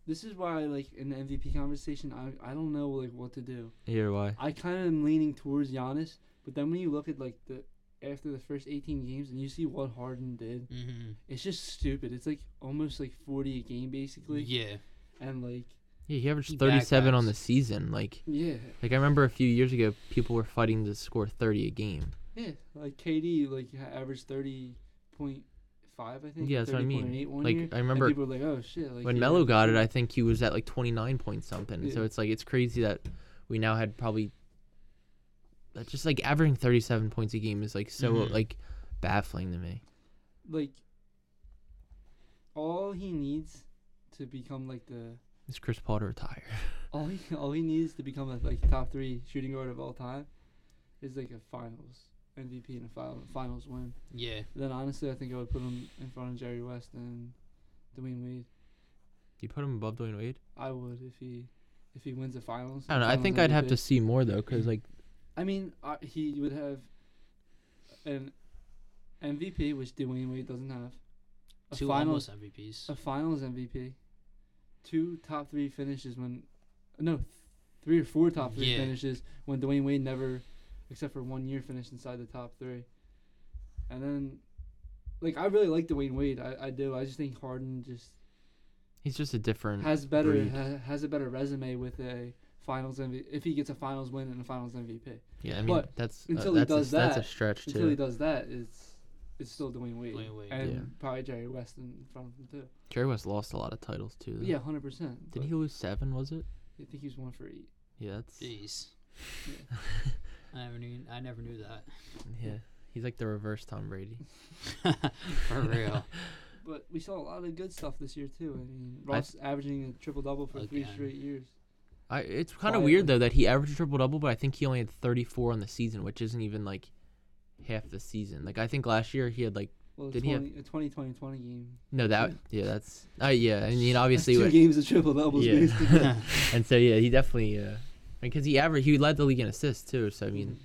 This is why like in the MVP conversation, I I don't know like what to do. Either way. I kind of am leaning towards Giannis, but then when you look at like the after the first eighteen games and you see what Harden did, hmm it's just stupid. It's like almost like forty a game basically, Yeah. and like Yeah, he averaged He 37 on backpacks. the season. Like, yeah, like I remember a few years ago, people were fighting to score 30 a game. yeah, like KD like ha- averaged thirty point five, I think. Yeah, that's what I mean. 30.8 one Like, year, I and remember people were like, oh shit. Like, when he Melo averaged got it, 40. I think he was at like 29 point something. So Yeah. it's like it's crazy that we now had probably that just like averaging 37 points a game is like so Mm-hmm. Mhm. like baffling to me. like all he needs to become like the Is Chris Paul to retire? all he all he needs to become a, like top three shooting guard of all time is like a finals MVP and a final, finals win. Yeah. Then honestly, I think I would put him in front of Jerry West and Dwayne Wade. Do you put him above Dwayne Wade? I would if he if he wins the finals. I don't know. I finals think I'd have to MVP. see more though, because like I mean, uh, he would have an MVP, which Dwayne Wade doesn't have. A Two finals almost MVPs. a finals MVP, two top three finishes when, no, th- three or four top three Yeah. finishes when Dwayne Wade never, except for one year, finished inside the top three. And then, like, I really like Dwayne Wade. I, I do. I just think Harden just he's just a different. has better breed. ha, has a better resume with a finals MVP if he gets a finals win and a finals MVP. yeah, I mean but that's uh, until he that's a, does that's a that- stretch Until he too. does that, it's it's still Dwayne Wade, Dwayne Wade. and Yeah. probably Jerry West in front of him too. Jerry West lost a lot of titles too. Though. Yeah, hundred percent. Did he lose seven? Was it? I think he was one for eight. Yeah, <laughs> that's Jeez. Yeah. I never knew. I never knew <laughs> yeah. He's like the reverse Tom Brady. that. For real. But we saw a lot of good stuff this year too. I mean, I- Ross averaging a triple double for three Again. straight years. I, it's kind of Quietly. weird though that he averaged triple double, but I think he only had 34 on the season, which isn't even like half the season. Like I think last year he had like Well, a Did he have- 20, a 20 20 20 game. no that yeah that's uh, yeah I mean obviously That's what- <laughs> two games of triple doubles. Yeah. basically. and so yeah he definitely uh because he averaged he led the league in assists too so <laughs> I mean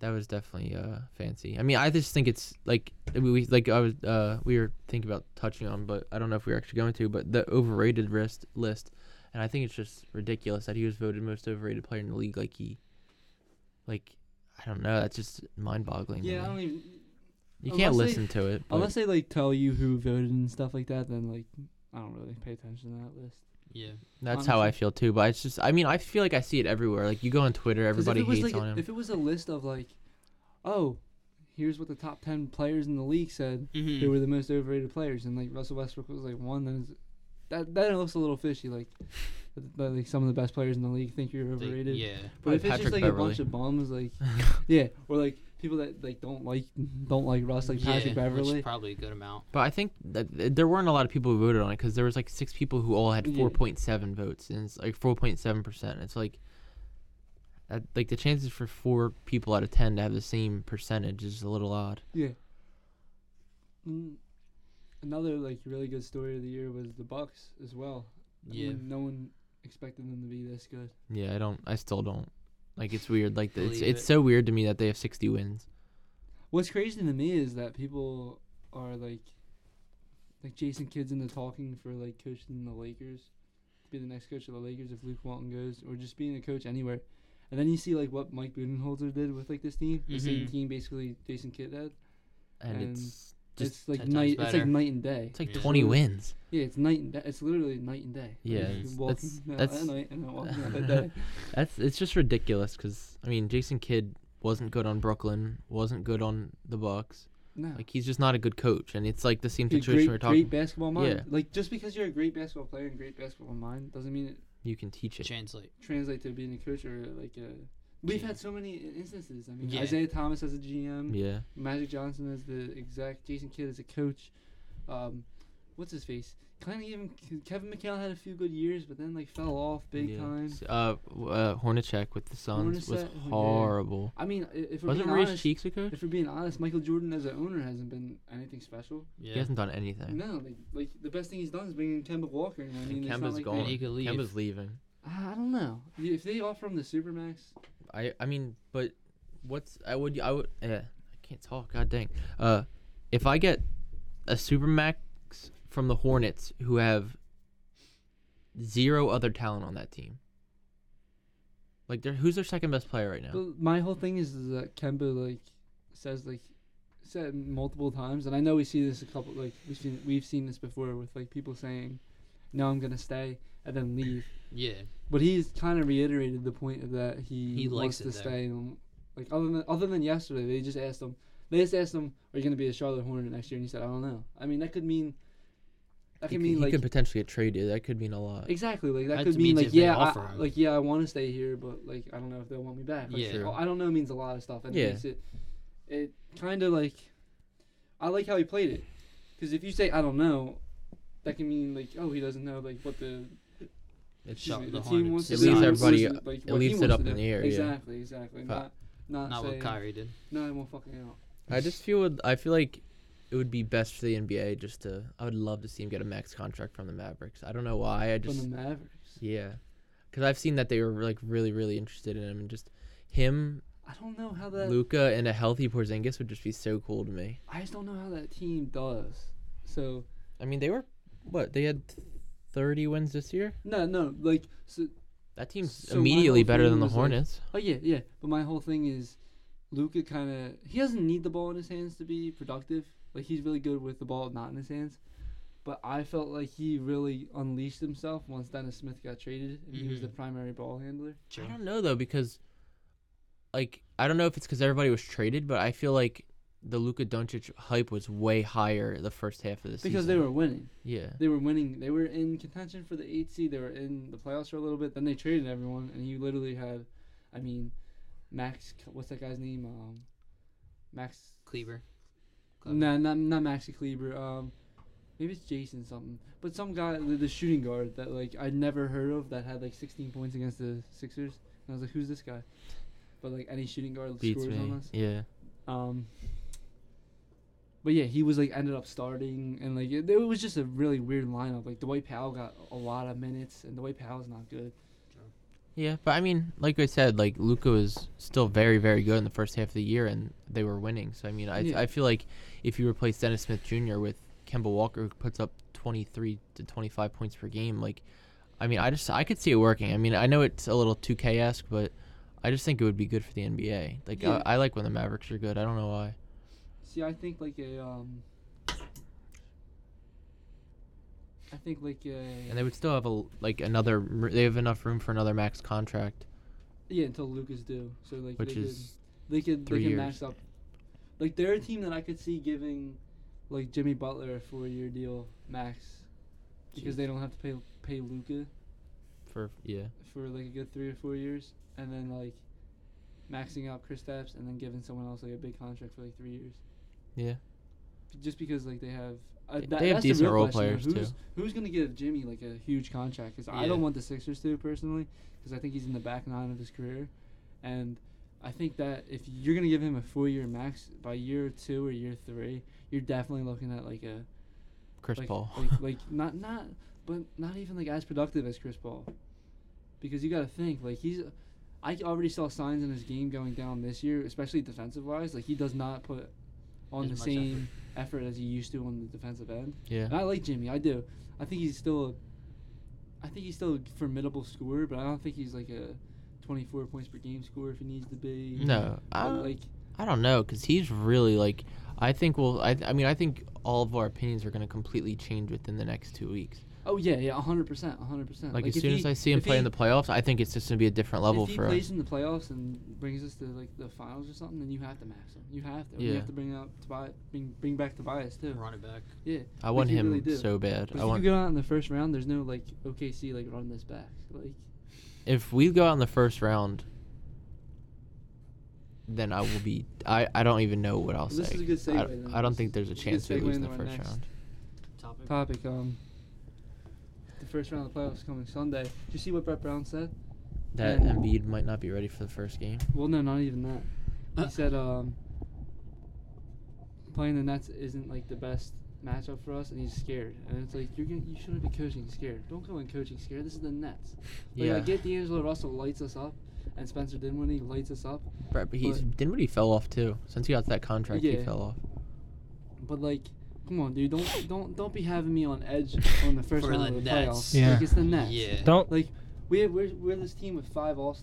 that was definitely uh fancy. I mean I just think it's like we, we like I was uh we were thinking about touching on, but I don't know if we were actually going to, but the overrated wrist list, and I think it's just ridiculous that he was voted most overrated player in the league. Like he, like. I don't know. That's just mind-boggling. to yeah, I me. don't even. You can't Unless they- listen to it. but- Unless they like tell you who voted and stuff like that, then like I don't really pay attention to that list. yeah. that's how I honestly. feel too. But it's just. I mean, I feel like I see it everywhere. Like you go on Twitter, 'Cause everybody if it was hates like, on him. If it was a list of like, oh, here's what the top ten players in the league said Mm-hmm. who were the most overrated players, and like Russell Westbrook was like one. Then it's- that that looks a little fishy. Like, that, like some of the best players in the league think you're overrated. Yeah. But if it's Patrick just like Beverley. a bunch of bums, <laughs> like yeah, or like people that like don't like don't like Russ, like Patrick yeah, Which Beverly. is probably a good amount. But I think that th- there weren't a lot of people who voted on it because there was like six people who all had Yeah. four point seven votes, and it's like four point seven percent. It's like, that, like the chances for four people out of ten to have the same percentage is a little odd. Yeah. Mm. Another like really good story of the year was the Bucks as well. I Yeah. mean, no one expected them to be this good. Yeah, I don't. I still don't. Like it's weird. Like the, it's Believe it's it. so weird to me that they have sixty wins. What's crazy to me is that people are like, like Jason Kidd's into talking for like coaching the Lakers, to be the next coach of the Lakers if Luke Walton goes, or just being a coach anywhere. And then you see like what Mike Budenholzer did with like this team, the same Mm-hmm. Mhm. team basically Jason Kidd had. And, And it's just it's like 10 times night. It's better. like night and day. it's like Yeah. twenty wins. Yeah, it's night and day. It's literally night and day. Yeah, Like, it's- walking that's- out that's- at night and then walking out at <laughs> day. That's it's just ridiculous because I mean Jason Kidd wasn't good on Brooklyn, wasn't good on the Bucks. No. Like he's just not a good coach, and it's like the same Dude, situation great, we're talking. great basketball mind. Yeah. Like just because you're a great basketball player and great basketball mind doesn't mean it You can teach it. Translate. translates to being a coach or like a. We've Yeah. had so many i- instances. I mean, Yeah. Isaiah Thomas as a GM, Yeah, Magic Johnson as the exact, Jason Kidd as a coach. Um, what's his face? Kind of even Kevin McHale had a few good years, but then like fell off big yeah. time. S- Uh, w- uh, Hornacek with the Suns was Hornacek, oh, yeah. horrible. I mean, i- if we're Wasn't being Maurice honest, Cheeks a coach? if we're being honest, Michael Jordan as an owner hasn't been anything special. Yeah. He hasn't done anything. No, like, like the best thing he's done is bringing Kemba Walker. And I mean, it's not Kemba's like gone. they- he could leave. Kemba's leaving. I I don't know. Y- If they offer him the supermax, I I mean, but what's I would I would yeah I can't talk. God dang. Uh, if I get a supermax from the Hornets who have zero other talent on that team, like they're, who's their second best player right now? but my whole thing is, is that Kemba like says like said multiple times, and I know we see this a couple like we've seen we've seen this before with like people saying, "No, I'm gonna stay," and then leave. Yeah. But he's kind of reiterated the point of that he, He wants likes to it there. stay. And, like other than other than yesterday, they just asked him. They just asked him, "Are you going to be a Charlotte Hornet next year?" And he said, "I don't know." I mean, that could mean that He, could c- mean he like could potentially get traded. That could mean a lot. exactly like that That could mean means like if they yeah, offer I, him. like yeah, I want to stay here, but like I don't know if they'll want me back. Like, Yeah. True. I don't know means a lot of stuff, and Yeah. it makes it it kind of like I like how he played it because if you say I don't know, that can mean like oh he doesn't know like what the It's Excuse Shut me, the the Hornets team wants to It do, leaves what everybody- wants to- like, it what he leaves it wants up to in do. the air, yeah. Exactly, exactly. Fuck. Not, not, Not saying, what Kyrie did. No, I won't fucking out. I just feel would- I feel like it would be best for the NBA just to. I would love to see him get a max contract from the Mavericks. I don't know why. I just From the Mavericks. yeah, because I've seen that they were like really really interested in him and just him, I don't know how that. Luca, and a healthy Porzingis would just be so cool to me. I just don't know how that team does. So I mean, they were what they had thirty wins this year. no, no, like so. That team's So my immediately whole better thing than the was, like, Hornets. Oh yeah, yeah. But my whole thing is, Luca kind of he doesn't need the ball in his hands to be productive. Like he's really good with the ball not in his hands. But I felt like he really unleashed himself once Dennis Smith got traded, and he was Mhm. the primary ball handler. True. I don't know though because, like, I don't know if it's because everybody was traded, but I feel like the Luka Doncic hype was way higher the first half of the season Because they were winning. yeah. they were winning. They were in contention for the eight seed. They were in the playoffs for a little bit. Then they traded everyone, and you literally had, I mean, Max. What's that guy's name? Um, Max. Cleaver. Cleaver. No, not not Maxi Kleber. Um, maybe it's Jason something. But some guy, the, the shooting guard that like I'd never heard of that had like 16 points against the Sixers, and I was like, who's this guy? But like any shooting guard beats scores on me. us. Yeah. Um, but yeah, he was like ended up starting, and like it, it was just a really weird lineup. Like Dwight Powell got a lot of minutes, and Dwight Powell's not good. Yeah, but I mean, like I said, like Luca was still very, very good in the first half of the year, and they were winning. So I mean, I Yeah. I feel like if you replace Dennis Smith Jr. with Kemba Walker, who puts up twenty three to twenty five points per game, like, I mean, I just I could see it working. I mean, I know it's a little two K esque, but I just think it would be good for the NBA. Like, Yeah. I, I like when the Mavericks are good. I don't know why. See, I think like a um, I think like a And they would still have a l- like another. r- They have enough room for another max contract, yeah until Lucas due. So like which they is could, they could three they could years. max up. Like they're a team that I could see giving, like Jimmy Butler a four year deal max, because they don't have to pay pay Luca. for yeah. for like a good three or four years, and then like maxing out Chris Stapps and then giving someone else like a big contract for like three years. Yeah. Just because like they have uh, They- that, they have that's the decent real role question, players, who's, Who's gonna give Jimmy like a huge contract? Because I Yeah. don't want the Sixers to personally, because I think he's in the back nine of his career, and I think that if you're gonna give him a four year max by year two or year three, you're definitely looking at like a Chris like, Paul. <laughs> like, like not not but not even like as productive as Chris Paul, because you got to think like he's. I already saw signs in his game going down this year, especially defensive wise. Like he does not put on As the much same effort. as he used to on the defensive end. yeah. And I like Jimmy. I do. I think he's still. A, I think he's still a formidable scorer, but I don't think he's like a twenty-four points per game scorer if he needs to be. No. Uh, But, I- like I don't know, cause he's really like. I think we'll. I, I mean, I think all of our opinions are gonna completely change within the next two weeks. Oh yeah, yeah, hundred percent, hundred percent. Like, as soon as I see him play in the playoffs, I think it's just gonna be a different level if he for him. plays in the playoffs and brings us to like the finals or something, then you have to max him. You have to. You Yeah. have to bring out Tobias, bring bring back Tobias too. Run it back. Yeah. I want you him really do. so bad. But I if want you go out in the first round, there's no like OKC like run this back. Like if we go out in the first round, then I will be. I, I don't even know what I'll This say. is a good I, segue, then. I don't This- think there's a this is a chance good we segue lose in the into our first next round. Topic. topic, um, the first round of the playoffs coming Sunday. Did you see what Brett Brown said? That Yeah. Embiid might not be ready for the first game. Well, no, not even that. Uh. He said um, playing the Nets isn't like the best matchup for us, and he's scared. And it's like you're gonna, you shouldn't be coaching scared. Don't go in coaching scared. This is the Nets. Like, yeah, I get D'Angelo Russell lights us up, and Spencer Dinwiddie lights us up, Brett, but he's but- didn't he fell off too. Since he got that contract, he Yeah. fell off. but like. Come on, dude! Don't don't don't be having me on edge on the first For round the of the Nets. playoffs. Yeah. Like it's the Nets. Yeah. Don't Like we have, we're we're this team with five all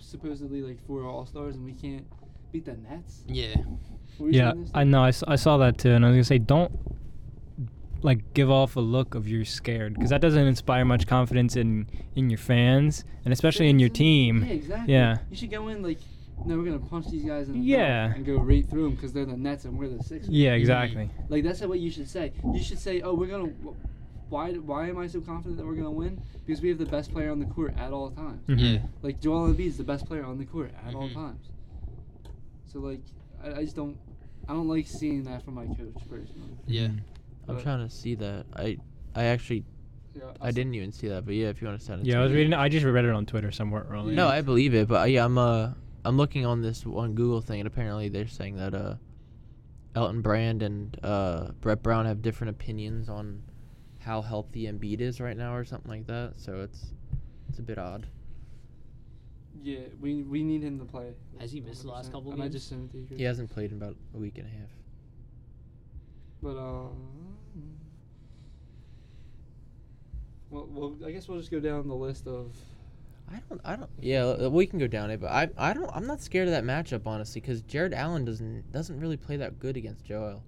supposedly like four all stars, and we can't beat the Nets. Yeah. What were you Yeah, saying, Nestor? I know. I, s- I saw that too, and I was gonna say, don't like give off a look of you're scared, because that doesn't inspire much confidence in in your fans, and especially in your Yeah, team. exactly. Yeah. You should go in like, no, we're gonna punch these guys in the mouth Yeah. and go right through them because they're the Nets and we're the Sixers. Yeah, exactly. Like that's what you should say. You should say, oh, we're gonna. wh- Why? Why am I so confident that we're gonna win? Because we have the best player on the court at all times. Mm-hmm. Yeah. Mhm. Like Joel Embiid is the best player on the court at all Mhm. times. So like, I, I just don't. I don't like seeing that from my coach personally. Yeah. Mhm. I'm But- trying to see that. I I actually Yeah, I didn't even see that. But yeah, if you want to send it. Yeah, to I was me. reading. I just read it on Twitter somewhere earlier. No, I believe it, but uh, yeah, I'm uh I'm looking on this one Google thing, and apparently they're saying that uh Elton Brand and uh Brett Brown have different opinions on how healthy Embiid is right now, or something like that. So it's it's a bit odd. Yeah, we we need him to play. Has he missed the last 100%. couple And I games? just sent it to you, Chris. He hasn't played in about a week and a half. But um, well, well, I guess we'll just go down the list of. I don't, I don't. Yeah, uh, we can go down it, but I, I don't. I'm not scared of that matchup honestly, because Jared Allen doesn't doesn't really play that good against Joel.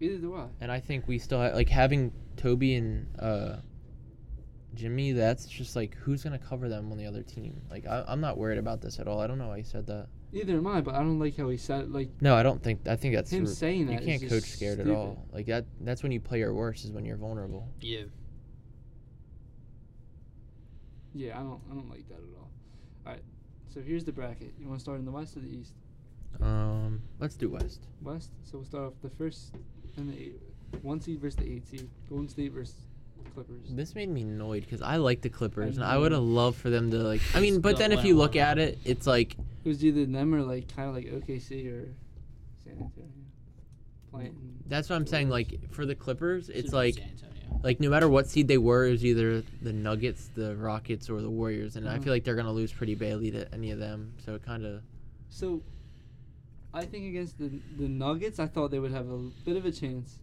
Either do I. And I think we still ha- like having Toby and uh, Jimmy. That's just like who's gonna cover them on the other team. Like I, I'm not worried about this at all. I don't know why you said that. Either am I, but I don't like how he said it. Like No, I don't think. I think that's him r- saying you that. is can't just coach scared stupid. at all. Like that. That's when you play your worst is when you're vulnerable. Yeah. Yeah, I don't. I don't like that at all. All right. So here's the bracket. You want to start in the West or the East? Um, let's do West. West. So we'll start off the first and the eight, one seed versus the eight seed. Golden State versus Clippers. This made me annoyed because I like the Clippers and I would know. have loved for them to like. I mean, Just but don't then let if you them look win. at it, it's like It was either them or like kind of like OKC or San Antonio. Playing. that's what I'm saying. Like for the Clippers, Should've it's been like San Antonio. like no matter what seed they were, it was either the Nuggets, the Rockets, or the Warriors, and I Mhm. feel like they're gonna lose pretty badly to any of them. So it kind of So, I think against the the Nuggets, I thought they would have a bit of a chance.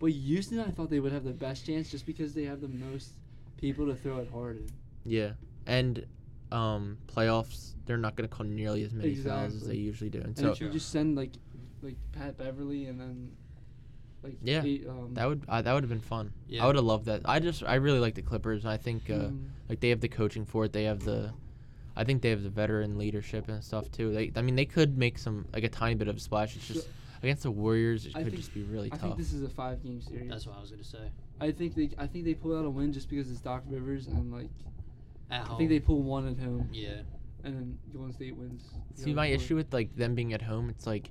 But Houston, I thought they would have the best chance just because they have the most people to throw it hard in. yeah, and um playoffs they're not gonna call nearly as many fouls as they Exactly. usually do, and And so if you just send like like Pat Beverly and then like Yeah, eight, um, that would I that would have been fun. Yeah. I would have loved that. I just I really like the Clippers, and I think uh, mm, like they have the coaching for it. They have the I think they have the veteran leadership and stuff too. They, I mean, they could make some like a tiny bit of a splash. It's just against the Warriors, it I could think- just be really I tough. think this is a five game series. That's what I was gonna say. I think they I think they pull out a win just because it's Doc Rivers and like At home. I think they pull one at home Yeah. and then Golden State wins. the See, other my four. issue with like them being at home, it's like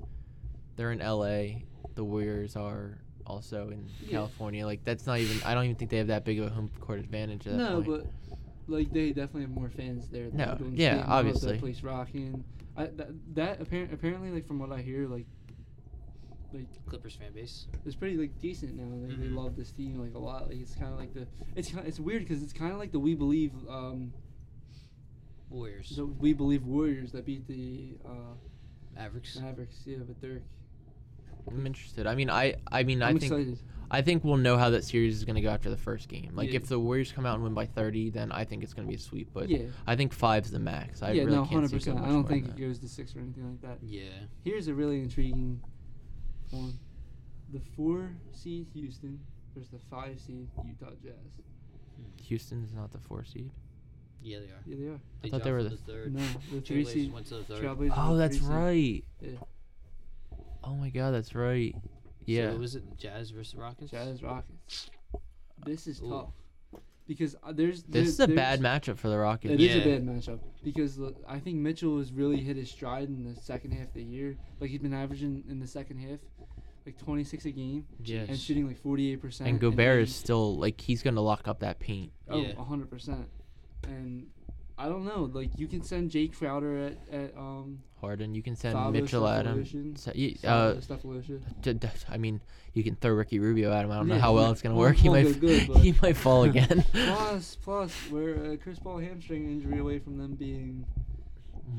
they're in LA. The Warriors are also in Yeah. California. Like that's not even. I don't even think they have that big of a home court advantage. At that No, point. but like they definitely have more fans there. than No, Golden yeah, State, and obviously. The place rocking. I, that that appar- apparently like from what I hear like like Clippers fan base. it's pretty like decent now. Like, They Mhm. love this team like a lot. Like it's kind of like the it's kind it's weird because it's kind of like the we believe um Warriors. the we believe Warriors that beat the uh, Mavericks. Mavericks. Yeah, with Dirk. I'm interested. I mean, I I mean, i I'm think excited. I think we'll know how that series is gonna go after the first game. Like Yeah. if the Warriors come out and win by 30, then I think it's gonna be a sweep. But yeah, I think five's the max. I yeah, really no, can't hundred see it percent. go much I more don't than think that. it goes to six or anything like that. Yeah. Here's a really intriguing one. The four seed Houston There's the five seed Utah Jazz. Houston is not the four seed. Yeah, they are. Yeah, they are. They thought they dropped were from the- third. No, the three Trailblazers seed. went to the third. Trailblazers are Oh, the that's three seed. right. Yeah. Oh my God, that's right. Yeah. So was it Jazz versus Rockets? Jazz Rockets. This is Ooh. tough because uh, there's this there's- is a bad there's- matchup for the Rockets. It is Yeah. a bad matchup because l- I think Mitchell has really hit his stride in the second half of the year. Like he's been averaging in the second half, like 26 a game Yes. and shooting like 48 percent. And Gobert is still like he's gonna lock up that paint. oh Yeah. 100 percent. And I don't know, like you can send Jake Crowder at at um. Harden, you can send Thabo Mitchell at him. Stefanovician- So, y- uh, Sabo Stefanovicius. d- d- I mean, you can throw Ricky Rubio at him. I don't know Yeah, how well he- it's gonna he work. He won't might go <laughs> good, but- he <laughs> might fall again. plus, plus, we're uh, Chris Paul hamstring injury away from them being.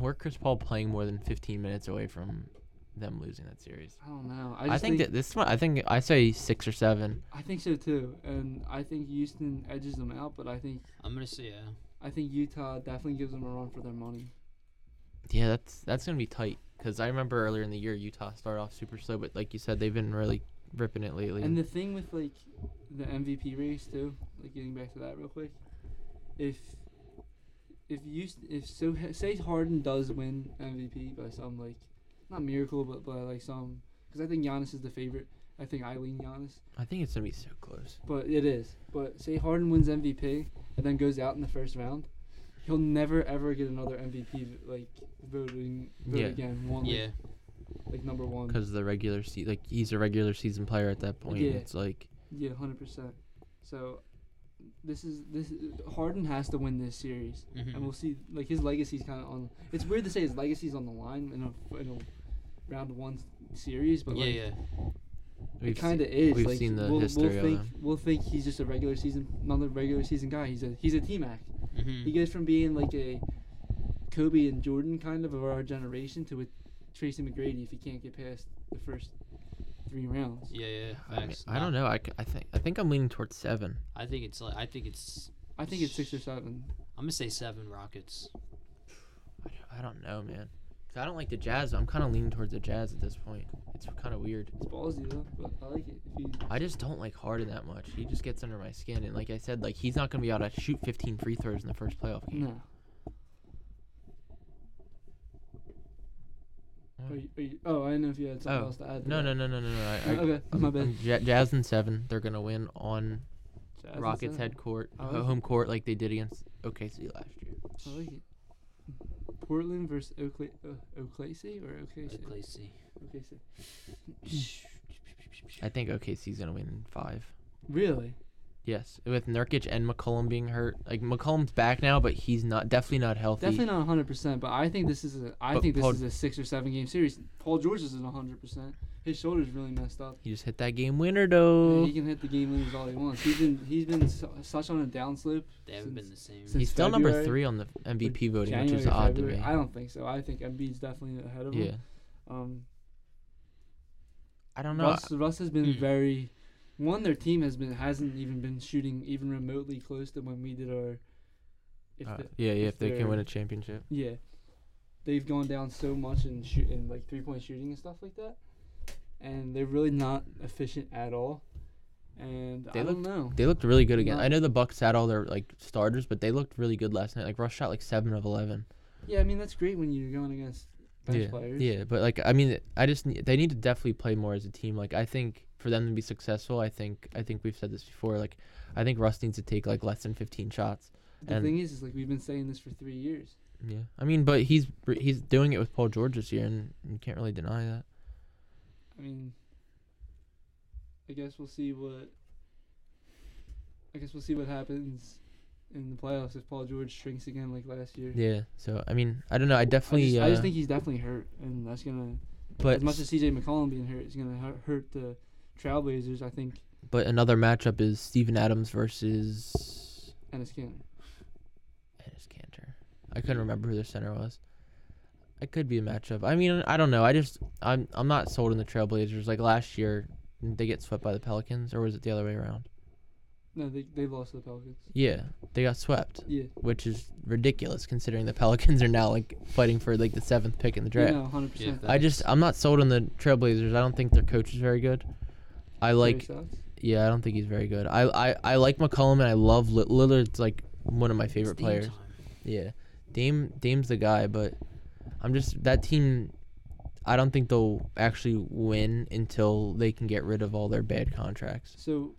We're Chris Paul playing more than 15 minutes away from them losing that series. I don't know. I, I, just think, that this one. I think I say six or seven. I think so too, and I think Houston edges them out, but I think I'm gonna say yeah. I think Utah definitely gives them a run for their money. Yeah, that's that's gonna be tight. Cause I remember earlier in the year Utah started off super slow, but like you said, they've been really ripping it lately. And the thing with like the MVP race too, like getting back to that real quick, if if you if so say Harden does win MVP by some like not miracle but by like some because I think Giannis is the favorite. I think I lean Giannis, I think it's gonna be so close. but it is. But say Harden wins MVP and then goes out in the first round, he'll never ever get another MVP like voting vote Yeah. again one Yeah. like number one. Because Um, the regular se- like he's a regular season player at that point. Yeah. It's like Yeah, hundred percent. So this is this Harden has to win this series, Mhm. and we'll see. Like his legacy's kind of on. It's weird to say his legacy's on the line in a in a round one s- series, but yeah, like yeah. it we've kind of se- is. We've like, seen the we'll, history we'll of think, him. We'll think he's just a regular season, not a regular season guy. He's a he's a team act. Mhm. He goes from being like a Kobe and Jordan kind of of our generation to a Tracy McGrady if he can't get past the first three rounds. Yeah, yeah. I, mean, facts. I don't Nah, know. I, c- I think I think I'm leaning towards seven. I think it's like I think it's. I think it's six or seven. I'm gonna say seven Rockets. I d- I don't know, man. 'Cause I don't like the Jazz. I'm kind of leaning towards the Jazz at this point. It's kind of weird. It's ballsy though, but I like it. If you I just don't like Harden that much. He just gets under my skin, and like I said, like he's not gonna be able to shoot 15 free throws in the first playoff game. No. What? Are you, are you, oh, I didn't know if you had something Oh. else to add. To No, that. no, no, no, no, no. I, I, Oh, okay, my bad. <laughs> um, Ja- Jazz and seven. They're gonna win on Jazz and Rockets seven. Oh, head court, I ho- like home court, like they did against OKC last year. I like it. Portland versus Oakla- uh, Oklahoma or OKC? Lacey. OKC. I think OKC's gonna win in five. Really? Yes, with Nurkic and McCollum being hurt. Like McCollum's back now, but he's not definitely not healthy. Definitely not 100, percent but I think this is a I But think this Paul- is a six or seven game series. Paul George isn't 100. percent His shoulder's really messed up. He just hit that game winner And though. He can hit the game winners all he wants. He's been he's been so, such on a downslope. They haven't been the Since- same. since- He's still number February, three on the MVP voting, which is odd to me. I don't think so. I think Embiid's definitely ahead of him. Yeah, Um, I don't know. Uh, Russ, Russ has been Hmm. Mm. very one their team has been hasn't even been shooting even remotely close to when we did our if Uh, the, yeah, yeah. If if they can they're- win a championship, yeah they've gone down so much in shoot in like three point shooting and stuff like that and they're really not efficient at all and They I don't know they looked really good again. No. I know the Bucks had all their like starters, but they looked really good last night. Like Russ shot like seven of eleven. yeah I mean that's great when you're going against bench yeah, players yeah. But like, I mean, I just ne- they need to definitely play more as a team. Like, I think for them to be successful, I think I think we've said this before. Like, I think Russ needs to take like less than fifteen shots. the and- thing is is like we've been saying this for three years Yeah, I mean, but he's re- he's doing it with Paul George this year, and you can't really deny that. I mean, I guess we'll see what. I guess we'll see what happens in the playoffs if Paul George shrinks again like last year. Yeah. So I mean, I don't know. I I definitely. just, I uh, just think he's definitely hurt, and that's gonna. but as much as CJ McCollum being hurt is gonna hu- hurt the Trailblazers, I think. but another matchup is Steven Adams versus And it's Cantor. Ennis Cantor. I couldn't remember who their center was. It could be a matchup. I mean, I don't know. I just I'm I'm not sold on the Trailblazers. Like last year, didn't they get swept by the Pelicans, or was it the other way around? No, they they lost to the Pelicans. Yeah, they got swept, Yeah, which is ridiculous considering the <laughs> Pelicans are now like fighting for like the seventh pick in the draft. yeah, no, hundred percent. Yeah, I just I'm not sold on the Trailblazers. I don't think their coach is very good. I like Sucks. yeah, I don't think he's very good. I I, I like McCollum and I love Li- Lillard's like one of my It's favorite Dame players. time. Yeah, Dame Dame's the guy, but I'm just that team. I don't think they'll actually win until they can get rid of all their bad contracts. So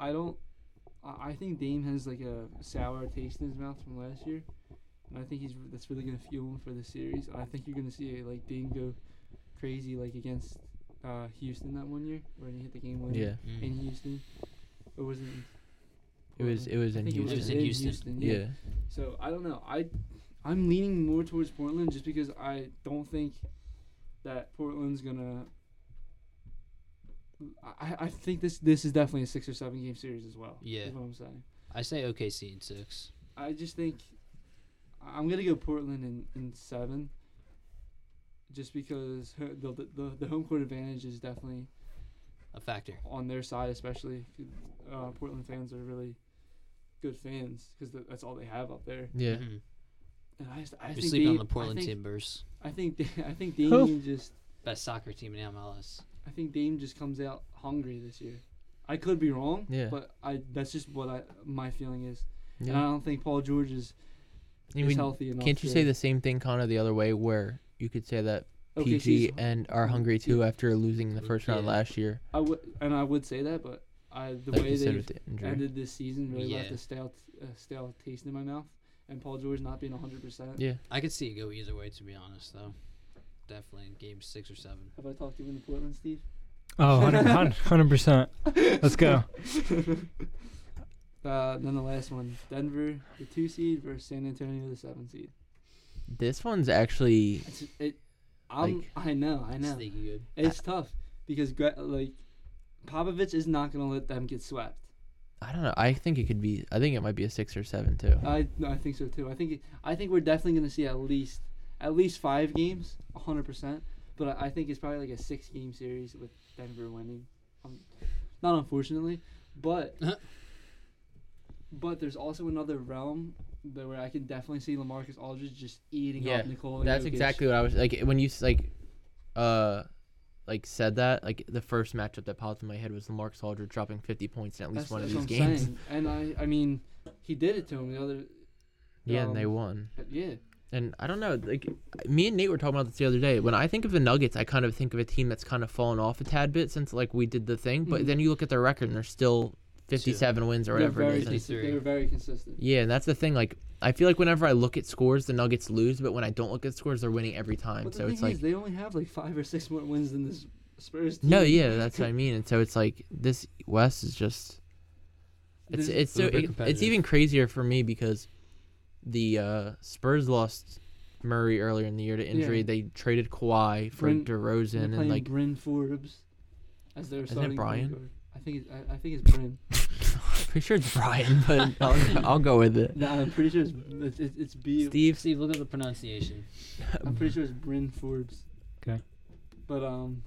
I don't. I I think Dame has like a sour taste in his mouth from last year, and I think he's that's really gonna fuel him for the series. I think you're gonna see like Dame go crazy like against uh, Houston that one year when he hit the game winner Yeah, Mm. in Houston. Or was it? in it was Portland? it was I in think Houston. It was in Houston. yeah. yeah, So I don't know. I I'm leaning more towards Portland just because I don't think that Portland's gonna. I, I think this this is definitely a six or seven game series as well. Yeah. is what I'm saying. I say OKC in six. I just think I- I'm gonna go Portland in, in seven. Just because her, the, the- the the home court advantage is definitely A factor. on their side, especially 'cause, uh, Portland fans are really good fans because that's all they have up there. yeah. Mhm. And I, just- I You're think sleeping on they- the I Portland think Timbers. I think <laughs> Da- I think Who? Dame just Best soccer team in MLS. I think Dame just comes out hungry this year. I could be wrong, Yeah. but I that's just what I my feeling is. yeah. And I don't think Paul George is, I is mean, healthy enough. can't you to- say the same thing, Connor, the other way, where you could say that OKC's PG and are hungry too after losing the first round Yeah. last year, I would and I would say that, but I the like way you said they with the injury? ended this season really left Yeah. a stale t- a stale taste in my mouth. And Paul George not being 100. percent yeah, I could see it go either way, to be honest, though. Definitely in game six or seven. Have I talked to you in the Portland, Steve? Oh, <laughs> 100 percent. Let's go. Uh, then the last one, Denver, the two seed versus San Antonio, the seven seed. this one's actually It's, it, I'm, Like- I know, I It's know. sneaky good. It's tough because Gre- like Popovich is not gonna let them get swept. I don't know. I think it could be. I think it might be a six or seven too. I no, I think so too. I think I think we're definitely gonna see at least at least five games, hundred percent. But I, I think it's probably like a six game series with Denver winning. Um, not unfortunately, but Uh-huh. but there's also another realm that where I can definitely see LaMarcus Aldridge just eating Yeah, up Nicole. That's exactly what I was like when you s- like, uh, like said that like the first matchup that popped in my head was Lamarcus Aldridge dropping fifty points in at That's, least one that's of these what I'm games. saying. And I I mean, he did it to him the other. Yeah, and they um, won. Yeah. And I don't know, like me and Nate were talking about this the other day. When I think of the Nuggets, I kind of think of a team that's kind of fallen off a tad bit since like we did the thing. But Mhm. then you look at their record and they're still fifty-seven wins or They're whatever very it is. and- consi- They were very consistent. Yeah, and that's the thing. Like I feel like whenever I look at scores, the Nuggets lose. But when I don't look at scores, they're winning every time. But the so thing it's like is, they only have like five or six more wins than this Spurs team. No, yeah, that's what I mean. And so it's like this West is just it's There's- it's so Uber it, it's competitive. even crazier for me because the uh, Spurs lost Murray earlier in the year to injury. Yeah. They traded Kawhi for Bryn- DeRozan They're and playing like Bryn Forbes as their Isn't it starting point Brian? guard. I think it's, I, I think it's <laughs> Bryn. <laughs> pretty sure it's Brian, but <laughs> I'll, I'll go with it. no, I'm pretty sure it's it's, it's, it's B. Steve, Steve, look at the pronunciation. I'm pretty sure it's Bryn Forbes. 'Kay. But um,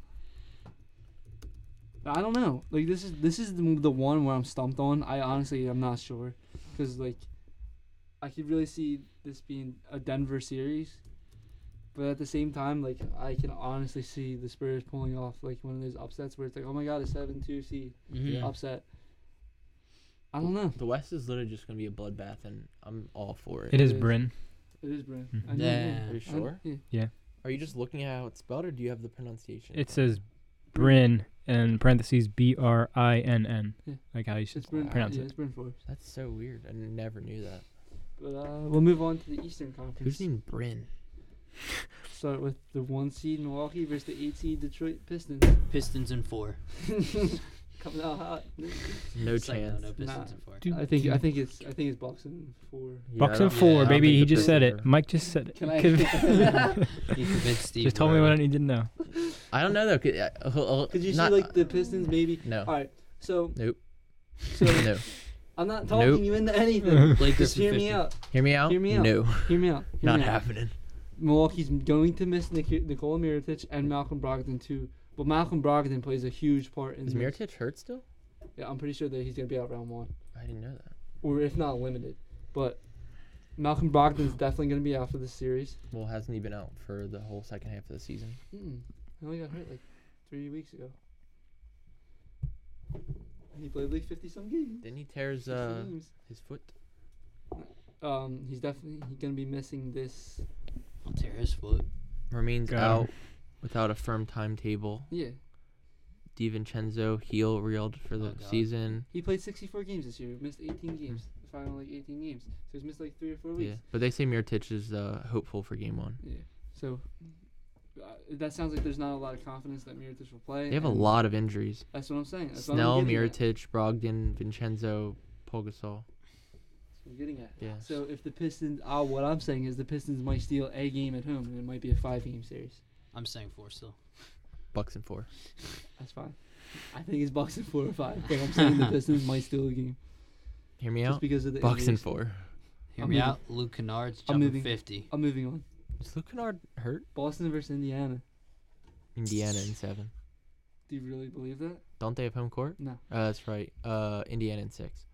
I don't know. Like this is this is the, the one where I'm stumped on. I honestly I'm not sure, because like, I could really see this being a Denver series, but at the same time, like I can honestly see the Spurs pulling off like one of those upsets where it's like, oh my god, a seven two seed Mhm. upset. I don't know. the West is literally just gonna be a bloodbath, and I'm all for it. It is It is. Bryn. It is Bryn. Mhm. I know, Yeah. Are you I- sure? yeah. Are you just looking at how it's spelled, or do you have the pronunciation? It says Bryn in parentheses B R I N Yeah. N. Like how you should It's Bryn. pronounce yeah, it. It's Bryn Forbes. that's so weird. I never knew that. But uh, we'll move on to the Eastern Conference. Who's named Bryn? Start with the one seed Milwaukee versus the eight seed Detroit Pistons. Pistons in four. Coming out hot. No It's like, chance. no, no, Pistons in four. <laughs> I think I think it's I think it's boxing for. Bucks and don't- yeah, I four, don't baby. think He the just said Pistons it. are- Mike just said it. Can I- <laughs> Conv- You convinced <laughs> Steve. just told me what I already. needed to know. I don't know though. Could, uh, uh, uh, Could you not- see like the Pistons maybe? <laughs> no, <laughs> All right, so so, no. I'm not talking Nope. you into <laughs> anything. Blake Just hear Griffin 50. me out. Hear me out. Hear me out. No, Hear me out. Hear not me out. happening. Milwaukee's going to miss Nik- Nikola Mirotic and Malcolm Brogdon too. But Malcolm Brogdon plays a huge part in. Is this. Miritich hurt still? Yeah, I'm pretty sure that he's gonna be out round one. I didn't know that. or if not limited. But Malcolm Brogdon's definitely going to be out for this series. Well, hasn't he been out for the whole second half of Hmm. the season? Mm-mm. He only got hurt like three weeks ago. He played like fifty some games. Then he tears 60 uh, games. his foot. Um, he's definitely he's gonna be missing this. I'll tear his foot. Remains Got him. out without a firm timetable. Yeah, DiVincenzo heel reeled for the Oh, God. season. he played sixty four games this year. Missed eighteen games. The final like eighteen games. So he's missed like three or four Hmm. Yeah, weeks. but they say Miritich is uh, hopeful for game one. Yeah. So uh, that sounds like there's not a lot of confidence that Miritich will play. They have a and lot of injuries. That's what I'm saying. That's Snell, what I'm getting at. Miritich, Brogdon, Vincenzo, Pogasol. That's what I'm getting at. Yeah. So if the Pistons, ah, what I'm saying is the Pistons might steal a game at home, and it might be a five-game series. I'm saying four still. Bucks and four. That's fine. I think it's Bucks and four or five, but I'm saying <laughs> the Pistons might steal a game Hear me just out. because of the Bucks and injuries. four. Hear I'm me moving. out. Luke Kennard's I'm jumping moving. <laughs> 50. I'm moving on. Is Luke Kennard hurt? Boston versus Indiana. Indiana in seven. Do you really believe <laughs> that? Don't they have home court? No. Uh, that's right. Uh, Indiana in six.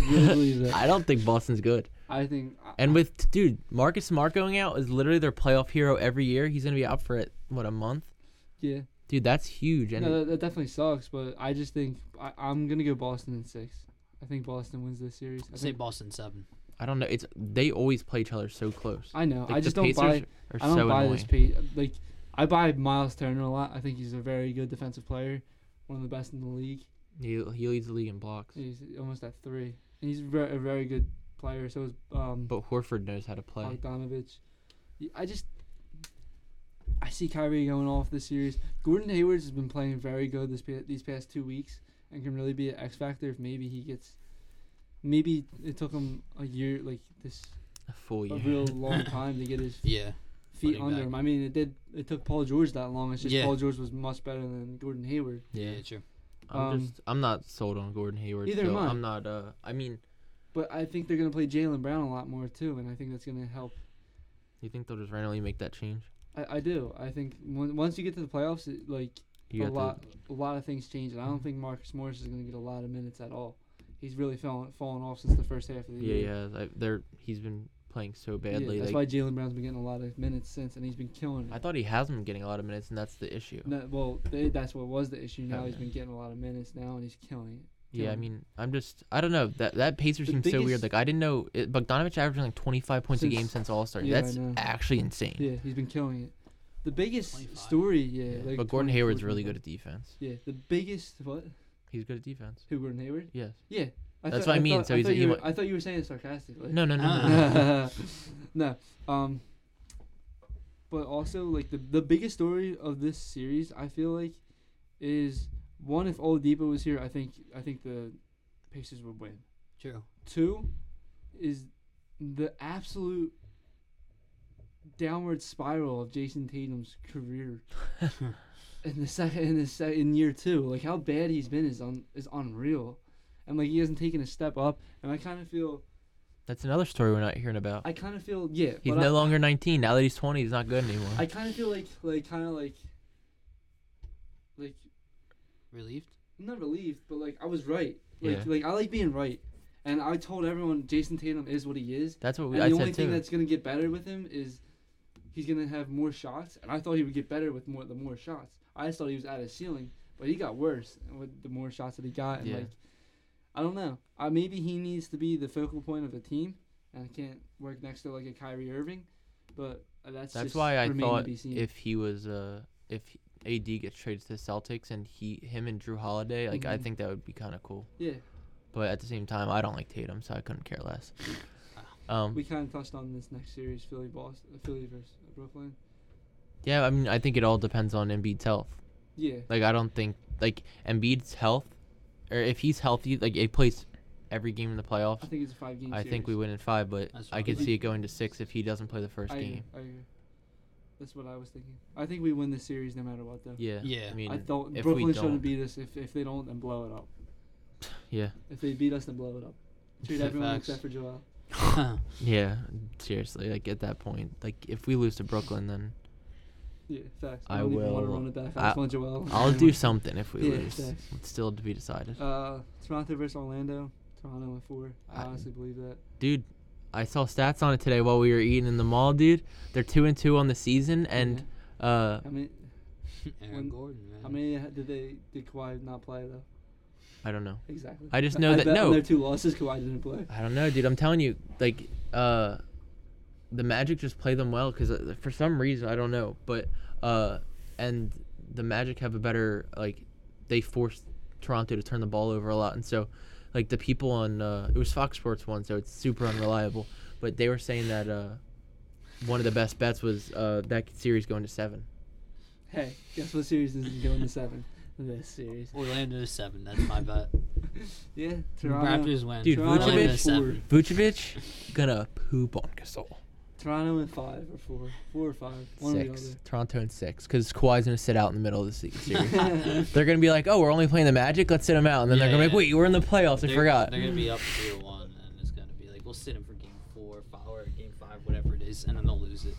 You really believe that? I don't think Boston's good. I think. I- And with dude Marcus Smart going out is literally their playoff hero every year. He's gonna be out for it. What a month, yeah, dude. That's huge. And no, that, that definitely sucks. But I just think I, I'm gonna go Boston in six. I think Boston wins this series. I, Say think, Boston seven. I don't know. It's they always play each other so close. I know. Like, I the just don't Pacers buy. Are I don't so buy annoying. this. Pe- like, I buy Miles Turner a lot. I think he's a very good defensive player, one of the best in the league. He, he leads the league in blocks. He's almost at three, and he's ver- a very good player. So is um, But Horford knows how to play. Bogdanovich. Y- I just, I see Kyrie going off this series. Gordon Hayward has been playing very good this pa- these past two weeks, and can really be an X factor if maybe he gets. Maybe it took him a year, like this, A full a year. <laughs> real long time to get his Yeah. feet Putting under back. him. I mean, it did. It took Paul George that long. It's just Yeah. Paul George was much better than Gordon Hayward. Yeah, Yeah. true. I'm um, just. I'm not sold on Gordon Hayward. Neither am still. I. I'm not. Uh. I mean, But I think they're gonna play Jalen Brown a lot more too, and I think that's gonna help. you think they'll just randomly make that change? I, I do. I think on- once you get to the playoffs, it, like You a got the- lot, a lot of things change, and I don't think Marcus Morris is gonna get a lot of minutes at all. He's really fallen fallen off since the first half of the Yeah, year. yeah. I, they're. He's been playing so Yeah, badly. that's like, why Jalen Brown's been getting a lot of minutes since, and he's been killing it. I thought he has been getting a lot of minutes, and that's the issue. No, well, they, that's what was the issue. Now Oh, he's yeah. been getting a lot of minutes now, and he's killing it. yeah, I Jalen- mean, I'm just. I don't know. That that Pacers The seems so weird. biggest- Like I didn't know. It, Bogdanovich averaging like 25 points Since- a game since All Star. yeah, I that's know. actually insane. Yeah, he's been killing it. The biggest 25. story, yeah. Yeah, like but Gordon 20, Hayward's 24, really good at defense. Yeah, the biggest what? He's good at defense. Who Gordon Hayward? Yes. Yeah, That's thought- what I mean, Thought, so I, he's- thought he you wa- were, I thought you were saying it sarcastically. <laughs> No, no, no, Uh-uh. no. no. no. Um, but also, like, the, the biggest story of this series, I feel like, is one, if Oladipo was here, I think I think the Pacers would win. True. Two, is the absolute downward spiral of Jason Tatum's career in the second in the se- in year two. Like how bad he's been is un- is unreal, and like he hasn't taken a step up. And I kind of feel That's another story we're not hearing about. I kind of feel yeah. He's but I- no longer 19. Now that he's 20, he's not good anymore. I kind of feel like like kind of like like Relieved? not relieved, but like I was right. Like Yeah. like I like being right, and I told everyone Jason Tatum is what he is. that's what we, And I the only said thing too. that's gonna get better with him is he's gonna have more shots, and I thought he would get better with more the more shots. I just thought he was at his ceiling, but he got worse with the more shots that he got, and Yeah. like I don't know. Uh, maybe he needs to be the focal point of the team, and can't work next to like a Kyrie Irving, but uh, that's That's just why I remain to thought be seen. if he was uh if AD gets traded to the Celtics and he him and Drew Holiday, like I Mhm. think that would be kind of cool. yeah, But at the same time, I don't like Tatum, so I couldn't care <laughs> less. Um, we kind of touched on this next series, Philly Boston, Philly versus Brooklyn. yeah, I mean, I think it all depends on Embiid's health. Yeah, Like, I don't think like Embiid's health, or if he's healthy, like it plays every game in the playoffs. I think it's a five game. I series. think we win in five, but That's I what could I see it think. going to six if he doesn't play the first I agree, game. I agree. That's what I was thinking. I think we win this series no matter what, though. Yeah. Yeah. I mean, I thought if Brooklyn we shouldn't don't, beat us. If, if they don't, then blow it up. yeah, If they beat us, then blow it <laughs> up. Treat everyone Facts. except for Joel. yeah. Seriously, like at that point, like if we lose to Brooklyn, then Yeah, facts. I don't even want to will- run it back. I, I- just want Joel. <laughs> I'll do something if we Yeah, lose. facts. It's still to be decided. Uh, Toronto versus Orlando. Toronto in four. I, I- honestly believe that. dude, I saw stats on it today while we were eating in the mall, dude. They're two and two on the season, and uh, I mean, Aaron When- Gordon, man. how many ha- did they did Kawhi not play though? I don't know. Exactly. I just know that- bet no. on their two losses, Kawhi didn't play. I don't know, dude. I'm telling you, like, uh, the Magic just play them well because uh, for some reason I don't know, but uh, and the Magic have a better like, they force Toronto to turn the ball over a lot, and so like the people on uh, it was Fox Sports one, so it's super unreliable, but they were saying that uh, one of the best bets was uh that series going to seven. Hey, guess what series is going to seven? This series. Orlando is seven. That's my bet. Yeah, Toronto. Raptors win. Dude, Toronto Orlando Vucevic- in is four. seven. Vucevic gonna poop on Gasol. Toronto in five or four. Four or five. One or Six. Toronto and six because Kawhi's gonna sit out in the middle of the se- <laughs> series. the other. They're gonna be like, oh, we're only playing the Magic. Let's sit them out, and then Yeah, they're gonna be yeah. like, wait, you were in the playoffs. I they're, forgot. They're gonna be up three to one, and it's gonna be like we'll sit him for game four, five, or game five, whatever it is, and then they'll lose it.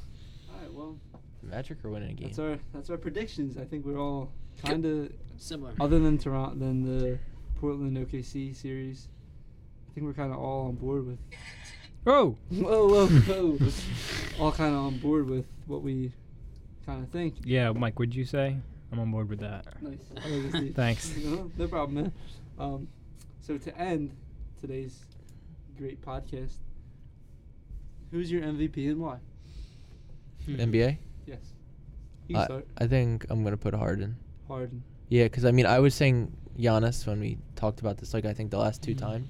all right, well, Magic are winning a Hmm. game. that's our that's our predictions. I think we're all kind of Similar. other than Toronto than the Portland OKC series. I think we're kind of all on board with <laughs> Oh, whoa whoa <laughs> whoa, all kind of on board with what we kind of think. yeah, Mike. Would you say I'm on board with that? Nice. I like this dude. Thanks. <laughs> no no problem, man. Um, so to end today's great podcast, who's your MVP and why? Hmm. NBA. Yes. You can I- start. I think I'm gonna put Harden. Harden. Yeah, because I mean, I was saying Giannis when we talked about this. Like, I think the last two Mhm. times.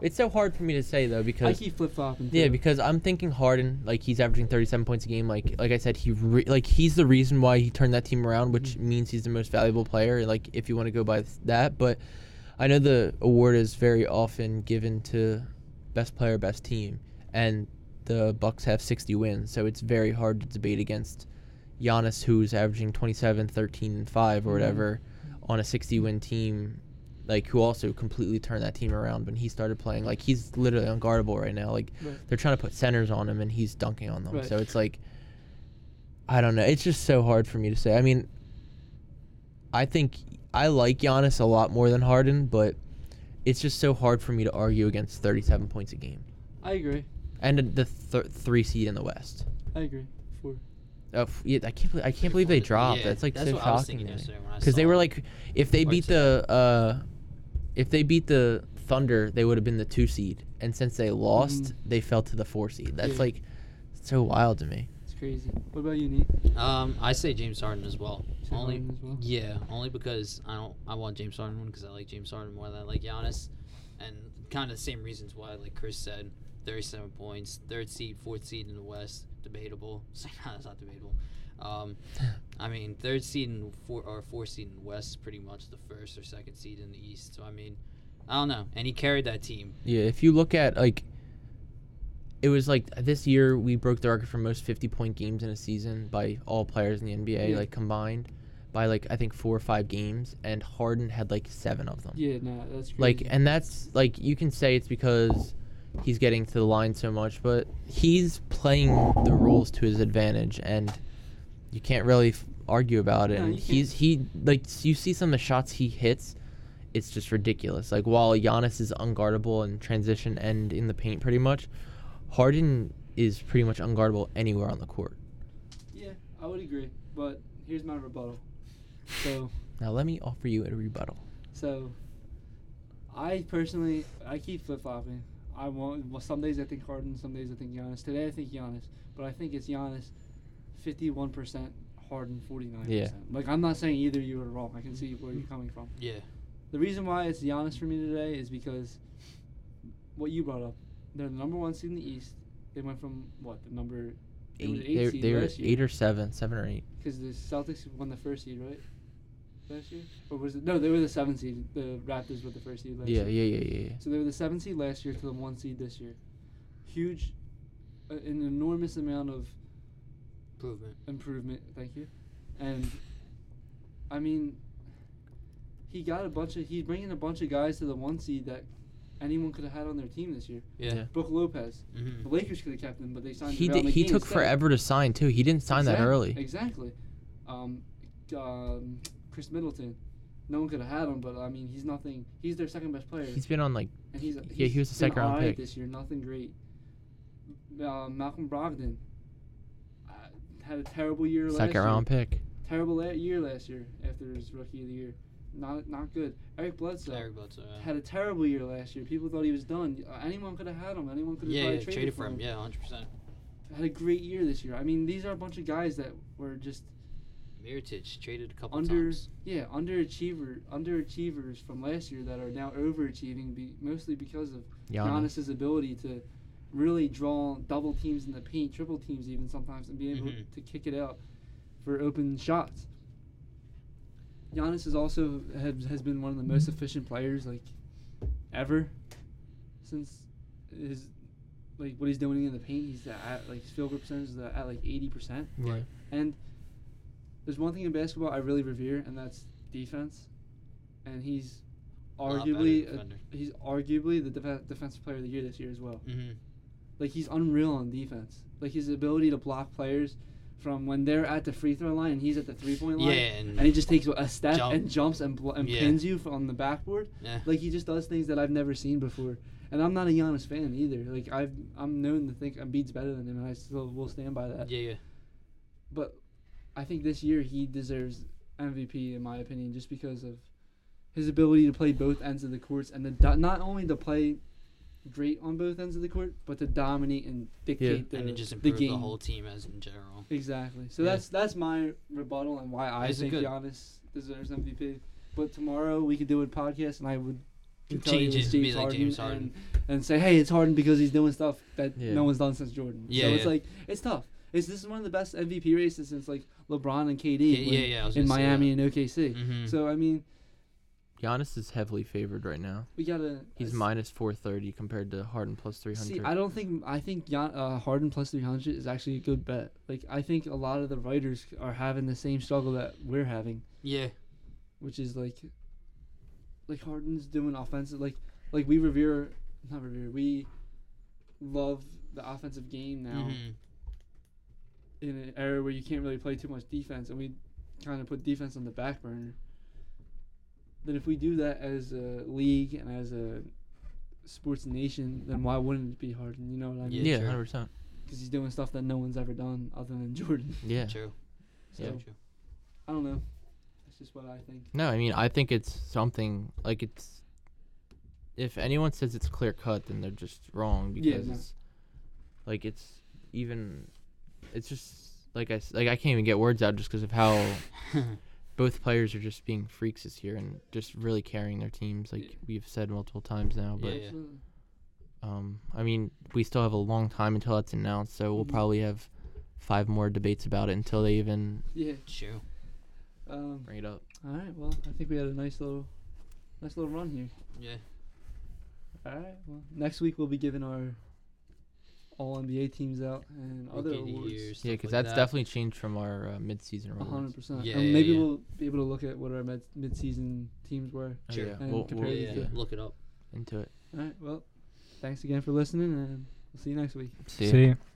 It's so hard for me to say though Hmm. I because keep flip flopping. yeah, because I'm thinking Harden. Like, he's averaging 37 points a game. Like, like I said, he re- like he's the reason why he turned that team around, which means he's the most valuable player. Like, if you want to go by th- that, but I know the award is very often given to best player, best team, and the Bucks have 60 wins, so it's very hard to debate against Giannis, who's averaging 27, 13, and five or Mhm. whatever, on a 60 win team, like who also completely turned that team around when he started playing. Like he's literally unguardable right now. Like Right. they're trying to put centers on him, and he's dunking on them. Right. So it's like, I don't know. It's just so hard for me to say. I mean, I think I like Giannis a lot more than Harden, but it's just so hard for me to argue against 37 points a game I agree. and the th- three seed in the West. I agree. Four. Oh, f- yeah, I can't. believe I can't believe they dropped. That's like so shocking to me. Because they were like, if they Or beat the, uh, if they beat the Thunder, they would have been the two seed. And since they lost, Mhm. they fell to the four seed. That's Yeah. like so wild to me. It's crazy. What about you, Nate? Um, I say James Harden as well. Say only, Harden as well? yeah, only because I don't. I want James Harden because I like James Harden more than I like Giannis, and kind of the same reasons why, like Chris said, thirty-seven points, third seed, fourth seed in the West, debatable. <laughs> So no, it's not debatable. Um, I mean, third seed and four or fourth seed in the West is pretty much the first or second seed in the East. So I mean, I don't know, and he carried that team. Yeah, if you look at like, it was like this year we broke the record for most fifty-point games in a season by all players in the NBA, Yeah. like combined, by like I think four or five games, and Harden had like seven of them. Yeah, no, that's crazy. Like, and that's like you can say it's because he's getting to the line so much, but he's playing the roles to his advantage, and you can't really f- argue about it. No, and you he's he like s- you see some of the shots he hits, it's just ridiculous. Like while Giannis is unguardable in transition and in the paint, pretty much, Harden is pretty much unguardable anywhere on the court. yeah, I would agree. But here's my rebuttal. So, Now let me offer you a rebuttal. so, I personally, I keep flip flopping. I want. Well, some days I think Harden, some days I think Giannis. Today I think Giannis, but I think it's Giannis, fifty-one percent, Harden forty-nine Yeah. percent. Like I'm not saying either you are wrong. I can see where you're coming from. Yeah, The reason why it's Giannis for me today is because what you brought up. They're the number one seed in the East. They went from what the number They were Eight, the eight they're seed they're last year. eight or seven, seven or eight. because the Celtics won the first seed, right? Last year, or was it? No, they were the seventh seed. The Raptors were the first seed last Yeah, yeah, year. yeah, yeah, yeah. So they were the seventh seed last year to the one seed this year. Huge, uh, an enormous amount of improvement. improvement. Thank you. And I mean, he got a bunch of he's bringing a bunch of guys to the one seed that anyone could have had on their team this year. Yeah. Yeah. Brooke Lopez, hmm the Lakers could have kept him, but they signed. he JaVale did, he McGee took instead. forever to sign too. He didn't sign that Exact- early. Exactly. Um, um, Chris Middleton. No one could have had him, but I mean, he's nothing. He's their second best player, He's been on like and he's yeah, he was the been second round alright pick. this year. Nothing great. Uh, Malcolm Brogdon uh, had a terrible year last second year. round pick. Terrible la- year last year after his rookie of the year. not not good. Eric Bledsoe Eric Bledsoe. yeah. had a terrible year last year. People thought he was done. Uh, Anyone could have had him. Anyone could have Yeah, yeah, probably traded, for him. Yeah, hundred percent. Had a great year this year. I mean, these are a bunch of guys that were just Miritich traded a couple under times. yeah underachiever underachievers from last year that are now overachieving be, mostly because of Giannis. Giannis's ability to really draw double teams in the paint, triple teams even sometimes, and be able Mhm. to kick it out for open shots. Giannis is also has, has been one of the most efficient players like ever since his like what he's doing in the paint. He's at like his field goal percentage is at like eighty percent. Right. And there's one thing in basketball I really revere, and that's defense. And he's Lot better arguably a, defender. he's arguably the def- defensive player of the year this year as well. Mhm. Like he's unreal on defense. Like his ability to block players from when they're at the free throw line and he's at the three point Yeah, line. and, And he just takes a step Jump. and jumps and, blo- and Yeah. pins you on the backboard. yeah. Like he just does things that I've never seen before. And I'm not a Giannis fan either. Like I've I'm known to think Embiid's better than him, and I still will stand by that. yeah, yeah. But I think this year he deserves MVP in my opinion, just because of his ability to play both ends of the courts and the do- not only to play great on both ends of the court, but to dominate and dictate the, and it just the improved the, game. whole team as in general. exactly. So Yeah. that's that's my rebuttal and why I This is think good. Giannis deserves MVP. But tomorrow we could do a podcast and I would could tell you Change was it to be like James Harden. And, and say, hey, it's Harden because he's doing stuff that Yeah. no one's done since Jordan. Yeah, so it's yeah. like it's tough. It's this is one of the best MVP races since like LeBron and KD Yeah, when- yeah, yeah. I was in gonna say Miami that. and OKC. Mhm. So I mean, Giannis is heavily favored right now. we gotta. He's s- minus 430 compared to Harden plus 300. See, I don't think I think Gian, uh, Harden plus three hundred is actually a good bet. Like I think a lot of the writers are having the same struggle that we're having, yeah, which is like, like Harden's doing offensive, like like we revere, not revere, we love the offensive game now. mhm. in an era where you can't really play too much defense, and we kind of put defense on the back burner. Then if we do that as a league and as a sports nation, then why wouldn't it be Harden? You know what I mean? Yeah, yeah, true. 100%. Because he's doing stuff that no one's ever done other than <laughs> Jordan. Yeah. true. So Yeah, true. I don't know. That's just what I think. No, I mean, I think it's something like it's. If anyone says it's clear cut, then they're just wrong Yeah, because no. it's like it's even, it's just like I s- like I can't even get words out just because of how both players are just being freaks this year and just really carrying their teams like Yeah. we've said multiple times now. But Yeah, yeah. Absolutely. um, I mean, we still have a long time until that's announced, so we'll Mhm. probably have five more debates about it until they even Yeah. True. Um, bring it up. all right. Well, I think we had a nice little, nice little run here. Yeah. All right. Well, next week we'll be giving our all NBA teams out and other Rookie of the awards. year, stuff Yeah, because like that's that. definitely changed from our uh, mid-season A run. hundred percent. Yeah, and yeah, maybe yeah. we'll be able to look at what our mid mid-season teams were. Oh, Sure. Yeah, And we'll, compare we'll these Yeah, yeah. two. Look it up. into it. All right. Well, thanks again for listening, and we'll see you next week. See, ya. See.